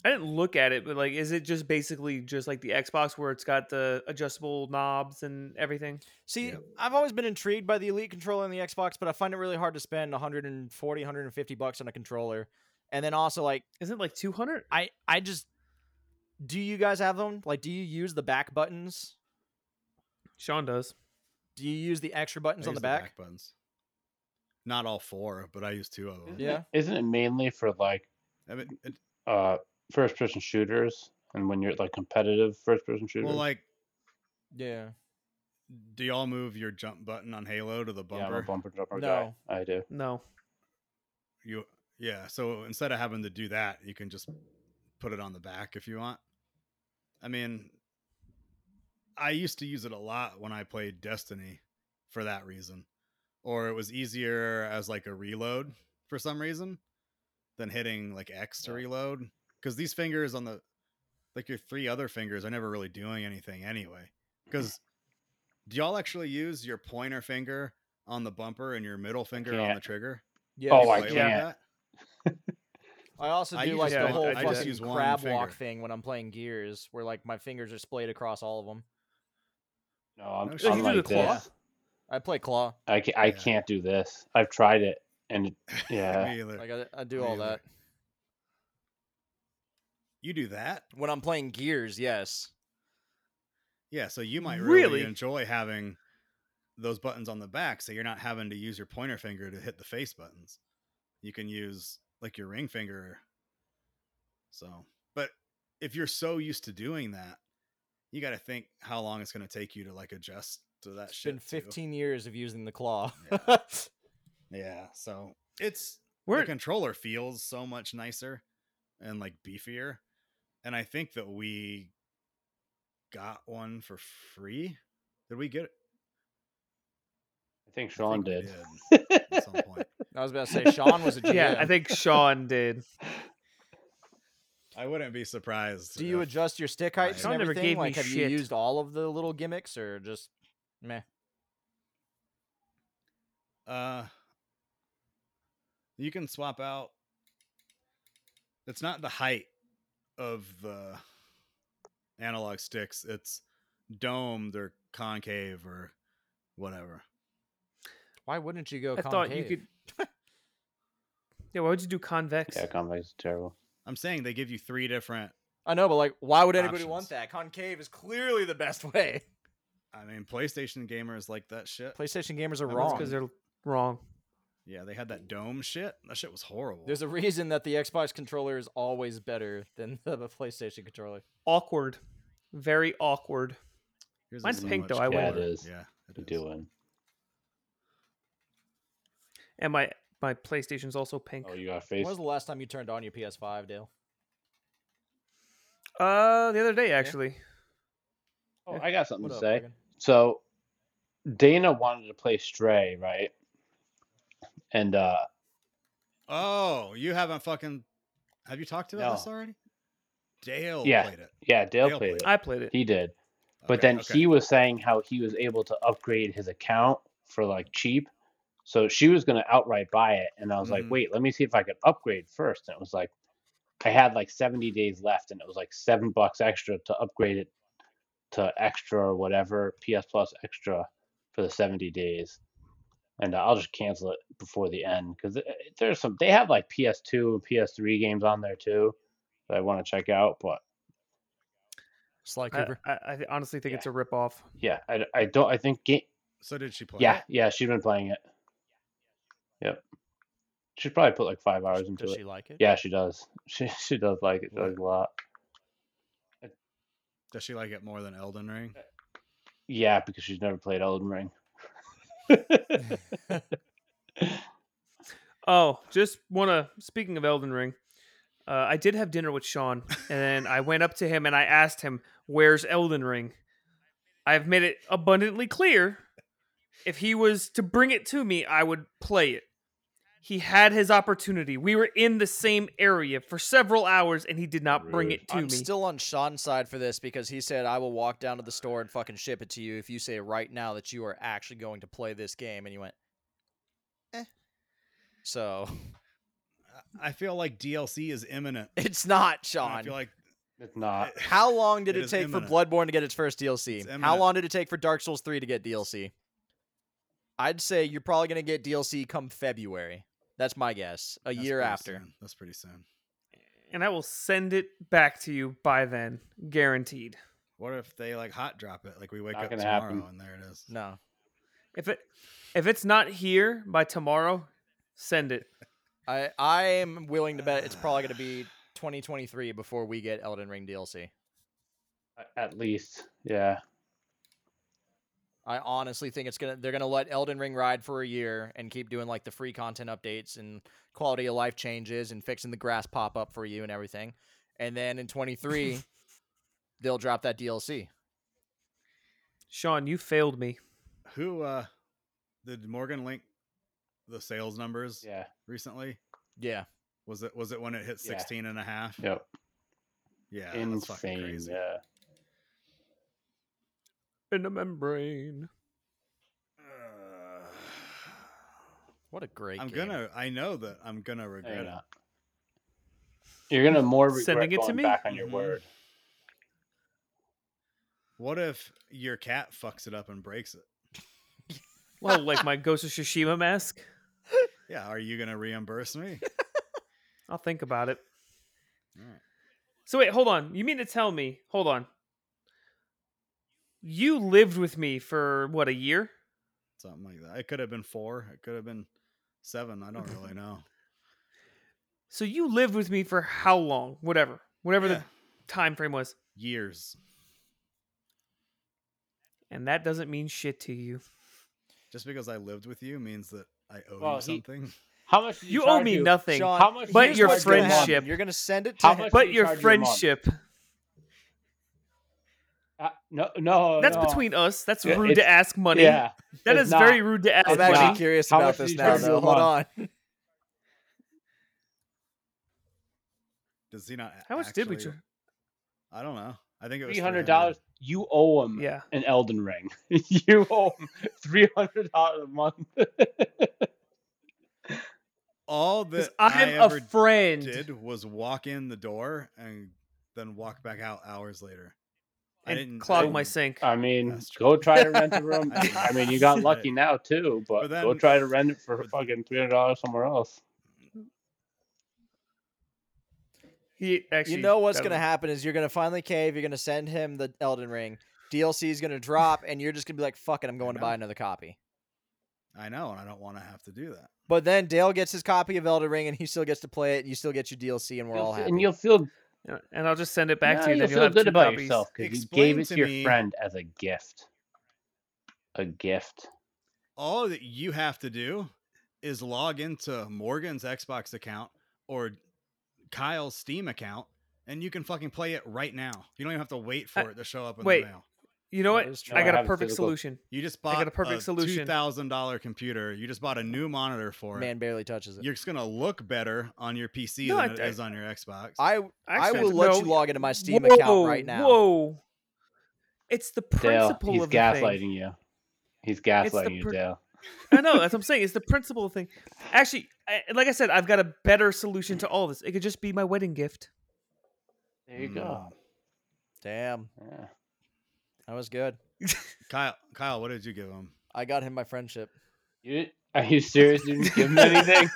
I didn't look at it, but like, is it just basically just like the Xbox where it's got the adjustable knobs and everything?
See,
Yep.
I've always been intrigued by the Elite controller and the Xbox, but I find it really hard to spend 140, 150 bucks on a controller. And then also, like,
Isn't it like two hundred?
I, I just, do you guys have them? Like, do you use the back buttons?
Sean does.
Do you use the extra
I
buttons on
use
the back?
buttons. Not all four, but I use two of them.
Isn't it-
Yeah.
Isn't it mainly for like
I mean, it,
uh first person shooters and when you're like competitive first person shooters?
well, like,
Yeah.
do y'all move your jump button on Halo to the
yeah, I'm
bumper?
a bumper jumper
No.
guy. I do.
No.
you, yeah. So instead of having to do that, you can just put it on the back if you want. I mean, I used to use it a lot when I played Destiny for that reason, or it was easier as like a reload for some reason than hitting like X to
Yeah.
reload because these fingers on the like your three other fingers are never really doing anything anyway. Because do y'all actually use your pointer finger on the bumper and your middle finger on
can't.
the trigger?
Yeah.
Oh,
You
I
play like
can't.
that?
I also do
I use
like
just
the
one-
whole
I just
fucking
use one
crab walk
finger.
thing when I'm playing Gears, where like my fingers are splayed across all of them.
No, I'm,
No, she
I'm
can do
like
the claw.
this.
I play claw.
I can't, I
Yeah.
can't do this. I've tried it and it, yeah.
Me either.
Like I, I do
Me
all
either.
that
You do that?
when I'm playing Gears. Yes.
Yeah, so you might really,
Really?
enjoy having those buttons on the back so you're not having to use your pointer finger to hit the face buttons. You can use like your ring finger. So, but if you're so used to doing that, you got to think how long it's going to take you to like adjust to that
It's
shit.
been
too.
15 years of using the claw.
Yeah, so it's
We're
the controller feels so much nicer and like beefier. And I think that we got one for free. Did we get it?
I think
I
Sean
think we
did.
at some point.
I was about to say Sean was a GM.
yeah, I think Sean did.
I wouldn't be surprised.
Do you
if-
adjust your stick
I-
heights
Sean
and
never
everything?
gave me
Like, have
shit.
you used all of the little gimmicks or just meh?
Uh, you can swap out. It's not the height of the analog sticks. It's domed or concave or whatever.
Why wouldn't you go?
I thought you
concave?
could. yeah, why would you do convex?
Yeah, convex is terrible.
I'm saying they give you three different.
I know, but like, why would anybody want
Options.
that? Concave is clearly the best way.
I mean, PlayStation gamers like that shit.
PlayStation gamers are
That's
wrong.
because they're wrong.
Yeah, they had that dome shit. That shit was horrible.
There's a reason that the Xbox controller is always better than the PlayStation controller.
Awkward. Very awkward.
Yours is
mine's
so
pink,
much
though, I
Yeah,
win.
it
cooler.
is.
Yeah, it
You
is.
do win.
And my my PlayStation's also pink.
Oh, you got
When
face.
was the last time you turned on your PS5, Dale?
Uh, the other day actually.
Oh, I got something
What
to
up,
say.
Logan?
So Dana wanted to play Stray, right? And uh
Oh, you haven't fucking. Have you talked about this
No.
already? Dale
Yeah.
played it.
yeah, Dale,
Dale
played
played
it.
I played it.
He did. But
Okay,
then
okay.
he was saying how he was able to upgrade his account for like cheap. So she was going to outright buy it. And I was
Mhm.
like, wait, let me see if I could upgrade first. And it was like, I had like 70 days left and it was like seven bucks extra to upgrade it to extra or whatever, PS Plus extra for the 70 days. And I'll just cancel it before the end because there's some, they have like PS2 and PS3 games on there too that I want to check out. But
Sly
I,
Cooper.
I, I honestly think
Yeah.
it's a ripoff.
yeah, I, I don't, I think ga-
So did she play?
Yeah,
it?
yeah, she's been playing it. Yep. She's probably put like five hours into
Does
it.
she like it?
Yeah, she does. She she does like it. She
What?
likes it a lot.
Does she like it more than Elden Ring?
Yeah, because she's never played Elden Ring.
Oh, just want to. Speaking of Elden Ring, uh, I did have dinner with Sean, and then I went up to him and I asked him, "Where's Elden Ring?" I've made it abundantly clear. If he was to bring it to me, I would play it. He had his opportunity. We were in the same area for several hours, and he did not bring
Rude.
it to
I'm
me.
still on Sean's side for this because he said I will walk down to the store and fucking ship it to you if you say right now that you are actually going to play this game, and you went, eh. So
I feel like DLC is imminent.
it's not
And I
Sean.
feel like
It's not.
How long did
It
it,
is
take
imminent.
for Bloodborne to get its first DLC?
It's
How
imminent.
long did it take for Dark Souls 3 to get DLC? I'd say you're probably going to get DLC come February. That's my guess. A
that's
year
pretty
after.
soon. That's pretty soon.
and I will send it back to you by then, guaranteed.
What if they like hot drop it? Like we wake
Not
up
gonna
tomorrow
happen.
and there it is.
No.
If it if it's not here by tomorrow, send it.
I I am willing to bet it's probably going to be 2023 before we get Elden Ring DLC.
A- At least, yeah.
I honestly think it's going to they're going to let Elden Ring ride for a year and keep doing like the free content updates and quality of life changes and fixing the grass pop up for you and everything. And then in 23 they'll drop that DLC.
Sean, you failed me.
Who uh did Morgan link the sales numbers
Yeah.
recently?
Yeah.
Was it was it when it hit
Yeah.
16 and a half?
Yep.
Yeah, that's fucking
Insane.
crazy.
Yeah.
In the membrane.
What a great
I'm
game.
gonna I know that I'm gonna
No, you're
regret it.
not. You're gonna more regret
Sending it to
going
me?
back on your
Mhm.
word.
What if your cat fucks it up and breaks it?
Well, like my Ghost of Tsushima mask.
Yeah, are you gonna reimburse me?
I'll think about it.
Alright.
So wait, hold on. You mean to tell me? Hold on. You lived with me for what a year?
Something like that. It could have been four. It could have been seven. I don't really know.
So you lived with me for how long? Whatever. Whatever
Yeah.
the time frame was.
Years.
And that doesn't mean shit to you.
Just because I lived with you means that I owe
Well,
you
he-
something.
How much? Did you,
You owe
charge
me
you?
nothing.
Sean,
How much?
But
did you
your
charge you a month?
friendship-
You're gonna send it to
How
him.
much did
But
you
your
charge you a month?
friendship.
Uh, no, no.
That's
no.
between us. That's
Yeah,
rude
it's-
to ask money.
Yeah.
that
it's
is very
not.
rude to ask
I'm
It's
actually
not.
money.
curious
How
about
much did
this
you
now.
charge
Though.
him a
Hold on.
Does he not?
How much did we?
actually-
Tra-
I don't know. I think it was
Three hundred dollars. You owe
um,
him
yeah.
an Elden Ring. you owe him three hundred dollars a month.
All
'Cause
that I
I'm
ever
a friend.
did was walk in the door and then walk back out hours later. I
and
didn't
clog
I
my
didn't-
sink.
I mean,
That's true.
go try to rent a room.
I know.
I mean, you got lucky now too, but,
But then-
go try to rent it for
but-
fucking three hundred dollars somewhere else.
He actually,
You know what's
that
gonna
was-
happen is you're gonna finally cave. You're gonna send him the Elden Ring. DLC is gonna drop, and you're just gonna be like, "Fuck it, I'm going to buy
know.
another copy."
I know, and I don't want to have to do that.
But then Dale gets his copy of Elden Ring, and he still gets to play it, and you still get your DLC, and we're all
You'll-
happy.
and you'll feel
Yeah, And I'll just send it back
Nah,
to you.
You'll
Then
feel
you'll have
good
two
about
copies.
yourself because you
Explain
gave it
to
to your
me-
friend as a gift. A gift.
All that you have to do is log into Morgan's Xbox account or Kyle's Steam account, and you can fucking play it right now. You don't even have to wait for
I-
it to show up in
wait.
the mail.
You know
That
what?
is true.
No,
I
I
got a
have a
perfect
physical-
solution.
You just
I
bought
got a perfect solution.
two thousand dollar computer. You just bought a new monitor for it.
Man barely touches it.
You're just gonna look better on your PC
No,
than
I-
it is
I-
on your Xbox.
I I
Actually,
will let
no.
you log into my Steam
whoa,
account right now.
Whoa! It's the
Dale,
principle
he's
of the
gaslighting
thing.
you. He's gaslighting you,
per-
Dale.
I know that's what I'm saying. It's the principle thing. Actually, I, like I said, I've got a better solution to all this. It could just be my wedding gift.
There you
Mm.
go.
Damn,
Mm. Yeah.
that was good.
Kyle, Kyle, what did you give him?
I got him my friendship.
You, are you serious? You didn't give him anything?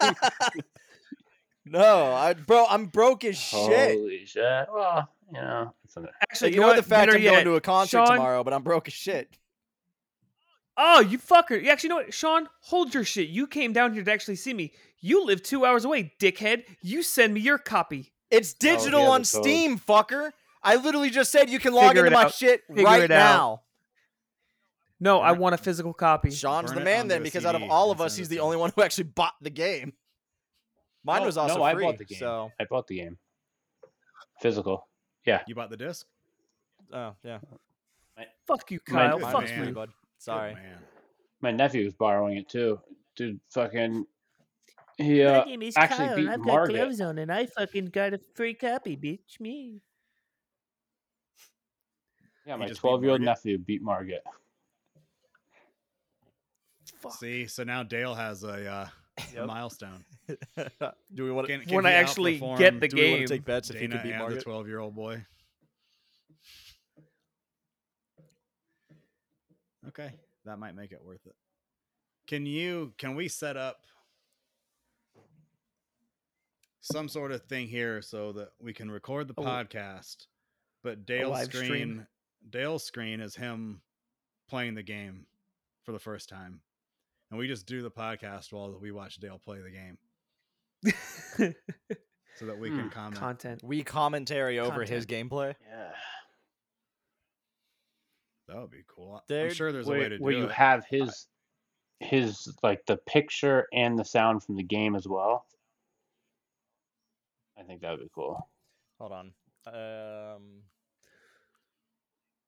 No, I bro, I'm broke as
Oh.
shit.
Holy shit. Well, you know. It's under-
Actually,
Like, you know the
what?
fact
Better
I'm
yet,
going to a concert
Sean,
tomorrow, but I'm broke as shit.
Oh, you fucker. You actually know what? Sean, hold your shit. You came down here to actually see me. You live two hours away, dickhead. You send me your copy.
It's
he
digital
has
on
a code.
Steam, fucker. I literally just said you can log
Figure
into
it
my
out.
shit
Figure
right
it out.
now.
No, I
Burn it.
want a physical copy.
Sean's
Burn
the
it
man
onto
then,
a
because out of
CD
all
and
of us,
send it
he's
to
the
him.
only one who actually bought the game. Mine
No,
was also
no, I
free,
bought the game.
so
I bought the game. Physical.
You bought the disc.
oh yeah.
Fuck you,
Mine-
Kyle.
Mine
Fuck
was free,
you.
bud.
Good
Sorry.
man.
My nephew's borrowing it too. Dude, fucking He
My
uh,
name is
actually
Kyle,
beat
and I've
Margaret.
got gloves on, and I fucking got a free copy, bitch. Me.
yeah,
He
my
just beat
twelve year old
Margaret?
nephew beat Margaret.
Fuck.
See, so now Dale has a, uh, a milestone.
Do we want to?
Can, can
When I
he
actually get
outperform
the
Do we want
game,
to take bets if he
Dana
could beat
and the
Margaret?
twelve-year-old boy. Okay, that might make it worth it. Can you? Can we set up some sort of thing here so that we can record the
A w-
podcast, but Dale's
live
screen,
stream?
Dale's screen is him playing the game for the first time, and we just do the podcast while we watch Dale play the game, so that we can
Hmm.
comment.
Content.
We commentary over his gameplay.
Yeah.
That would be cool. I'm
There-
sure there's a way
Where,
to do
where you
it.
have his his like the picture and the sound from the game as well. I think that would be cool.
Hold on. Um,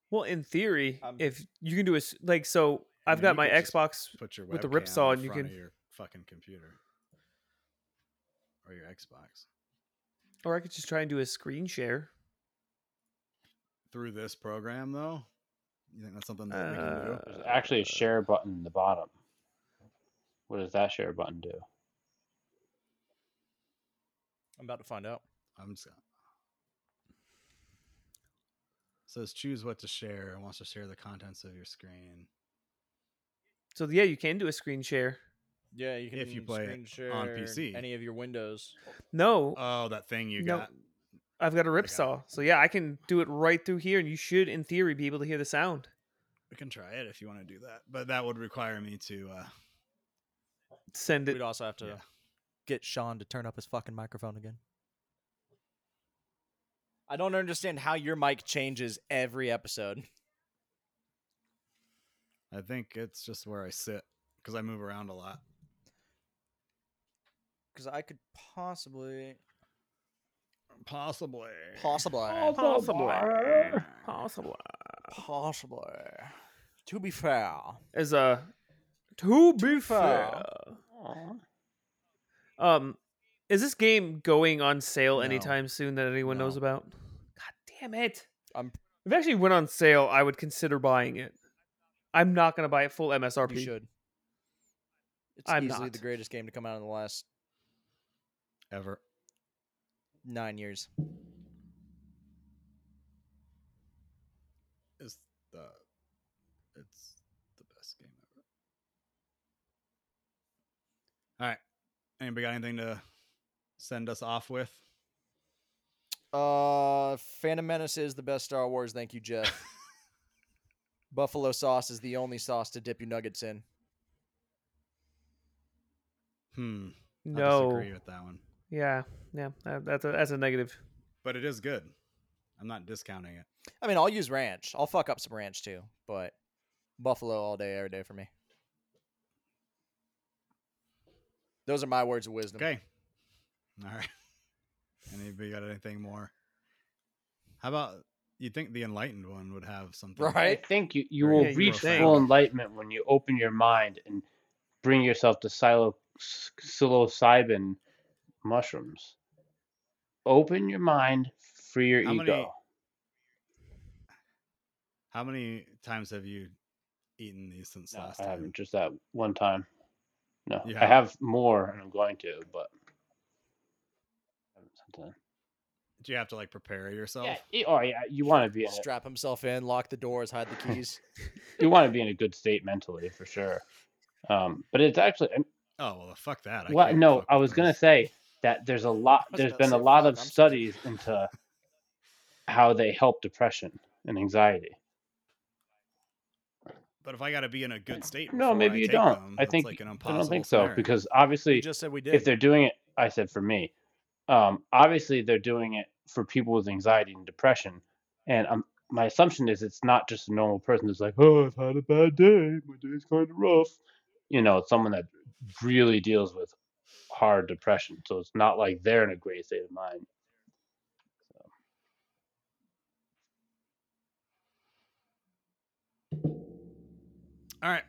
Well, in theory,
I'm-
if you can do a s- like, so I've
mean,
got
you
my
could just
Xbox.
put your
with the
webcam
rip saw
in
and you
front of
can-
your fucking computer or your Xbox
Or I could just try and do a screen share.
through this program though. You think that's something that we can do?
Uh,
There's actually a share button in the bottom. What does that share button do?
I'm about to find out.
I'm just. Gonna... Says choose what to share and wants to share the contents of your screen
So yeah, you can do a screen share.
Yeah, you can
If you play
screen
it
share
on PC.
any of your windows.
No,
Oh, that thing you
No.
got.
I've got a
got
rip
it.
saw. So yeah, I can do it right through here, and you should, in theory, be able to hear the sound.
We can try it if you want to do that, but that would require me to. uh
Send it.
We'd also have to
yeah.
get Sean to turn up his fucking microphone again. I don't understand how your mic changes every episode.
I think it's just where I sit because I move around a lot.
Because I could possibly,
Possibly.
possibly,
Possibly. Possibly.
possibly. To be fair,
As a to be fair.
fair.
Um, is this game going on sale
No.
anytime soon that anyone knows
No.
about? God damn it!
I'm-
If it actually went on sale, I would consider buying it. I'm not gonna buy it full MSRP.
you should. It's
I'm
easily
not.
the greatest game to come out in the last
Ever.
nine years.
is the it's the best game ever. All right. Anybody got anything to send us off with?
Uh, Phantom Menace is the best Star Wars. Thank you, Jeff. Buffalo sauce is the only sauce to dip your nuggets in.
Hmm. I
No.
disagree with that one.
Yeah. Yeah. that- That's a that's a negative.
But it is good. I'm not discounting it.
I mean, I'll use ranch. I'll fuck up some ranch too, but buffalo all day, every day for me. Those are my words of wisdom.
Okay. All right. Anybody got anything more? How about you think the enlightened one would have something?
I
Right?
think you, you
Right.
will
Yeah, you
reach
would think.
full enlightenment when you open your mind and bring yourself to silo, s- psilocybin mushrooms. Open your mind, free your
How
ego.
many- How many times have you eaten these since
No,
last
I
time?
haven't. Just that one time. No,
You
I have more, and I'm going to, but. I haven't since then.
Do you have to like prepare yourself?
Yeah, it- oh yeah, you want to be in a,
Strap himself in, lock the doors, hide the keys.
you want to be in a good state mentally for sure. Um, but it's actually I'm-
Oh well, fuck that. I
Well,
can't
no,
fuck
I
with
was gonna
those.
say that there's a lot.
was
There's
about to
been a
say,
lot of
fuck, I'm sorry.
studies into how they help depression and anxiety.
But if I got to be in a good state,
No,
before
maybe
I
you
take
don't.
Them,
I
that's
think
like an
I don't think
impossible
so
scenario.
because
you
obviously,
just said we did.
if they're doing it, I said for me, um, obviously they're doing it for people with anxiety and depression, and um, my assumption is it's not just a normal person that's like, oh, I've had a bad day, my day's kind of rough. You know, it's someone that really deals with hard depression, so it's not like they're in a great state of mind.
All right.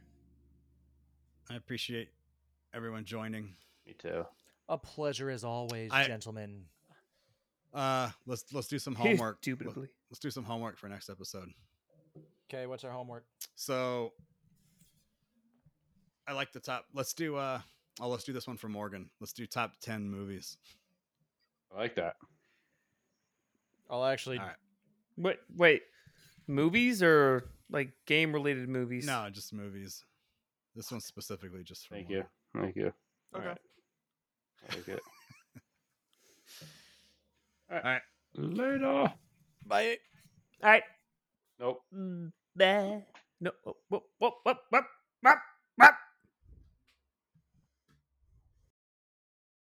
I appreciate everyone joining.
Me too.
A pleasure as always,
I-
gentlemen.
Uh, let's let's do some homework. Let's,
Indubitably.
let's do some homework for next episode.
Okay, what's our homework?
So I like the top. Let's do uh oh let's do this one for Morgan. Let's do top 10 movies.
I like that.
I'll actually.
All right.
Wait, wait. Movies or like game related movies?
No, just movies. This one's specifically just for
Thank you.
Morgan.
Thank you.
Okay.
Alright. I like it.
Alright.
Later.
Bye.
All right.
Nope.
Mm, Bye.
No. Whoop, whoop, whoop, whoop.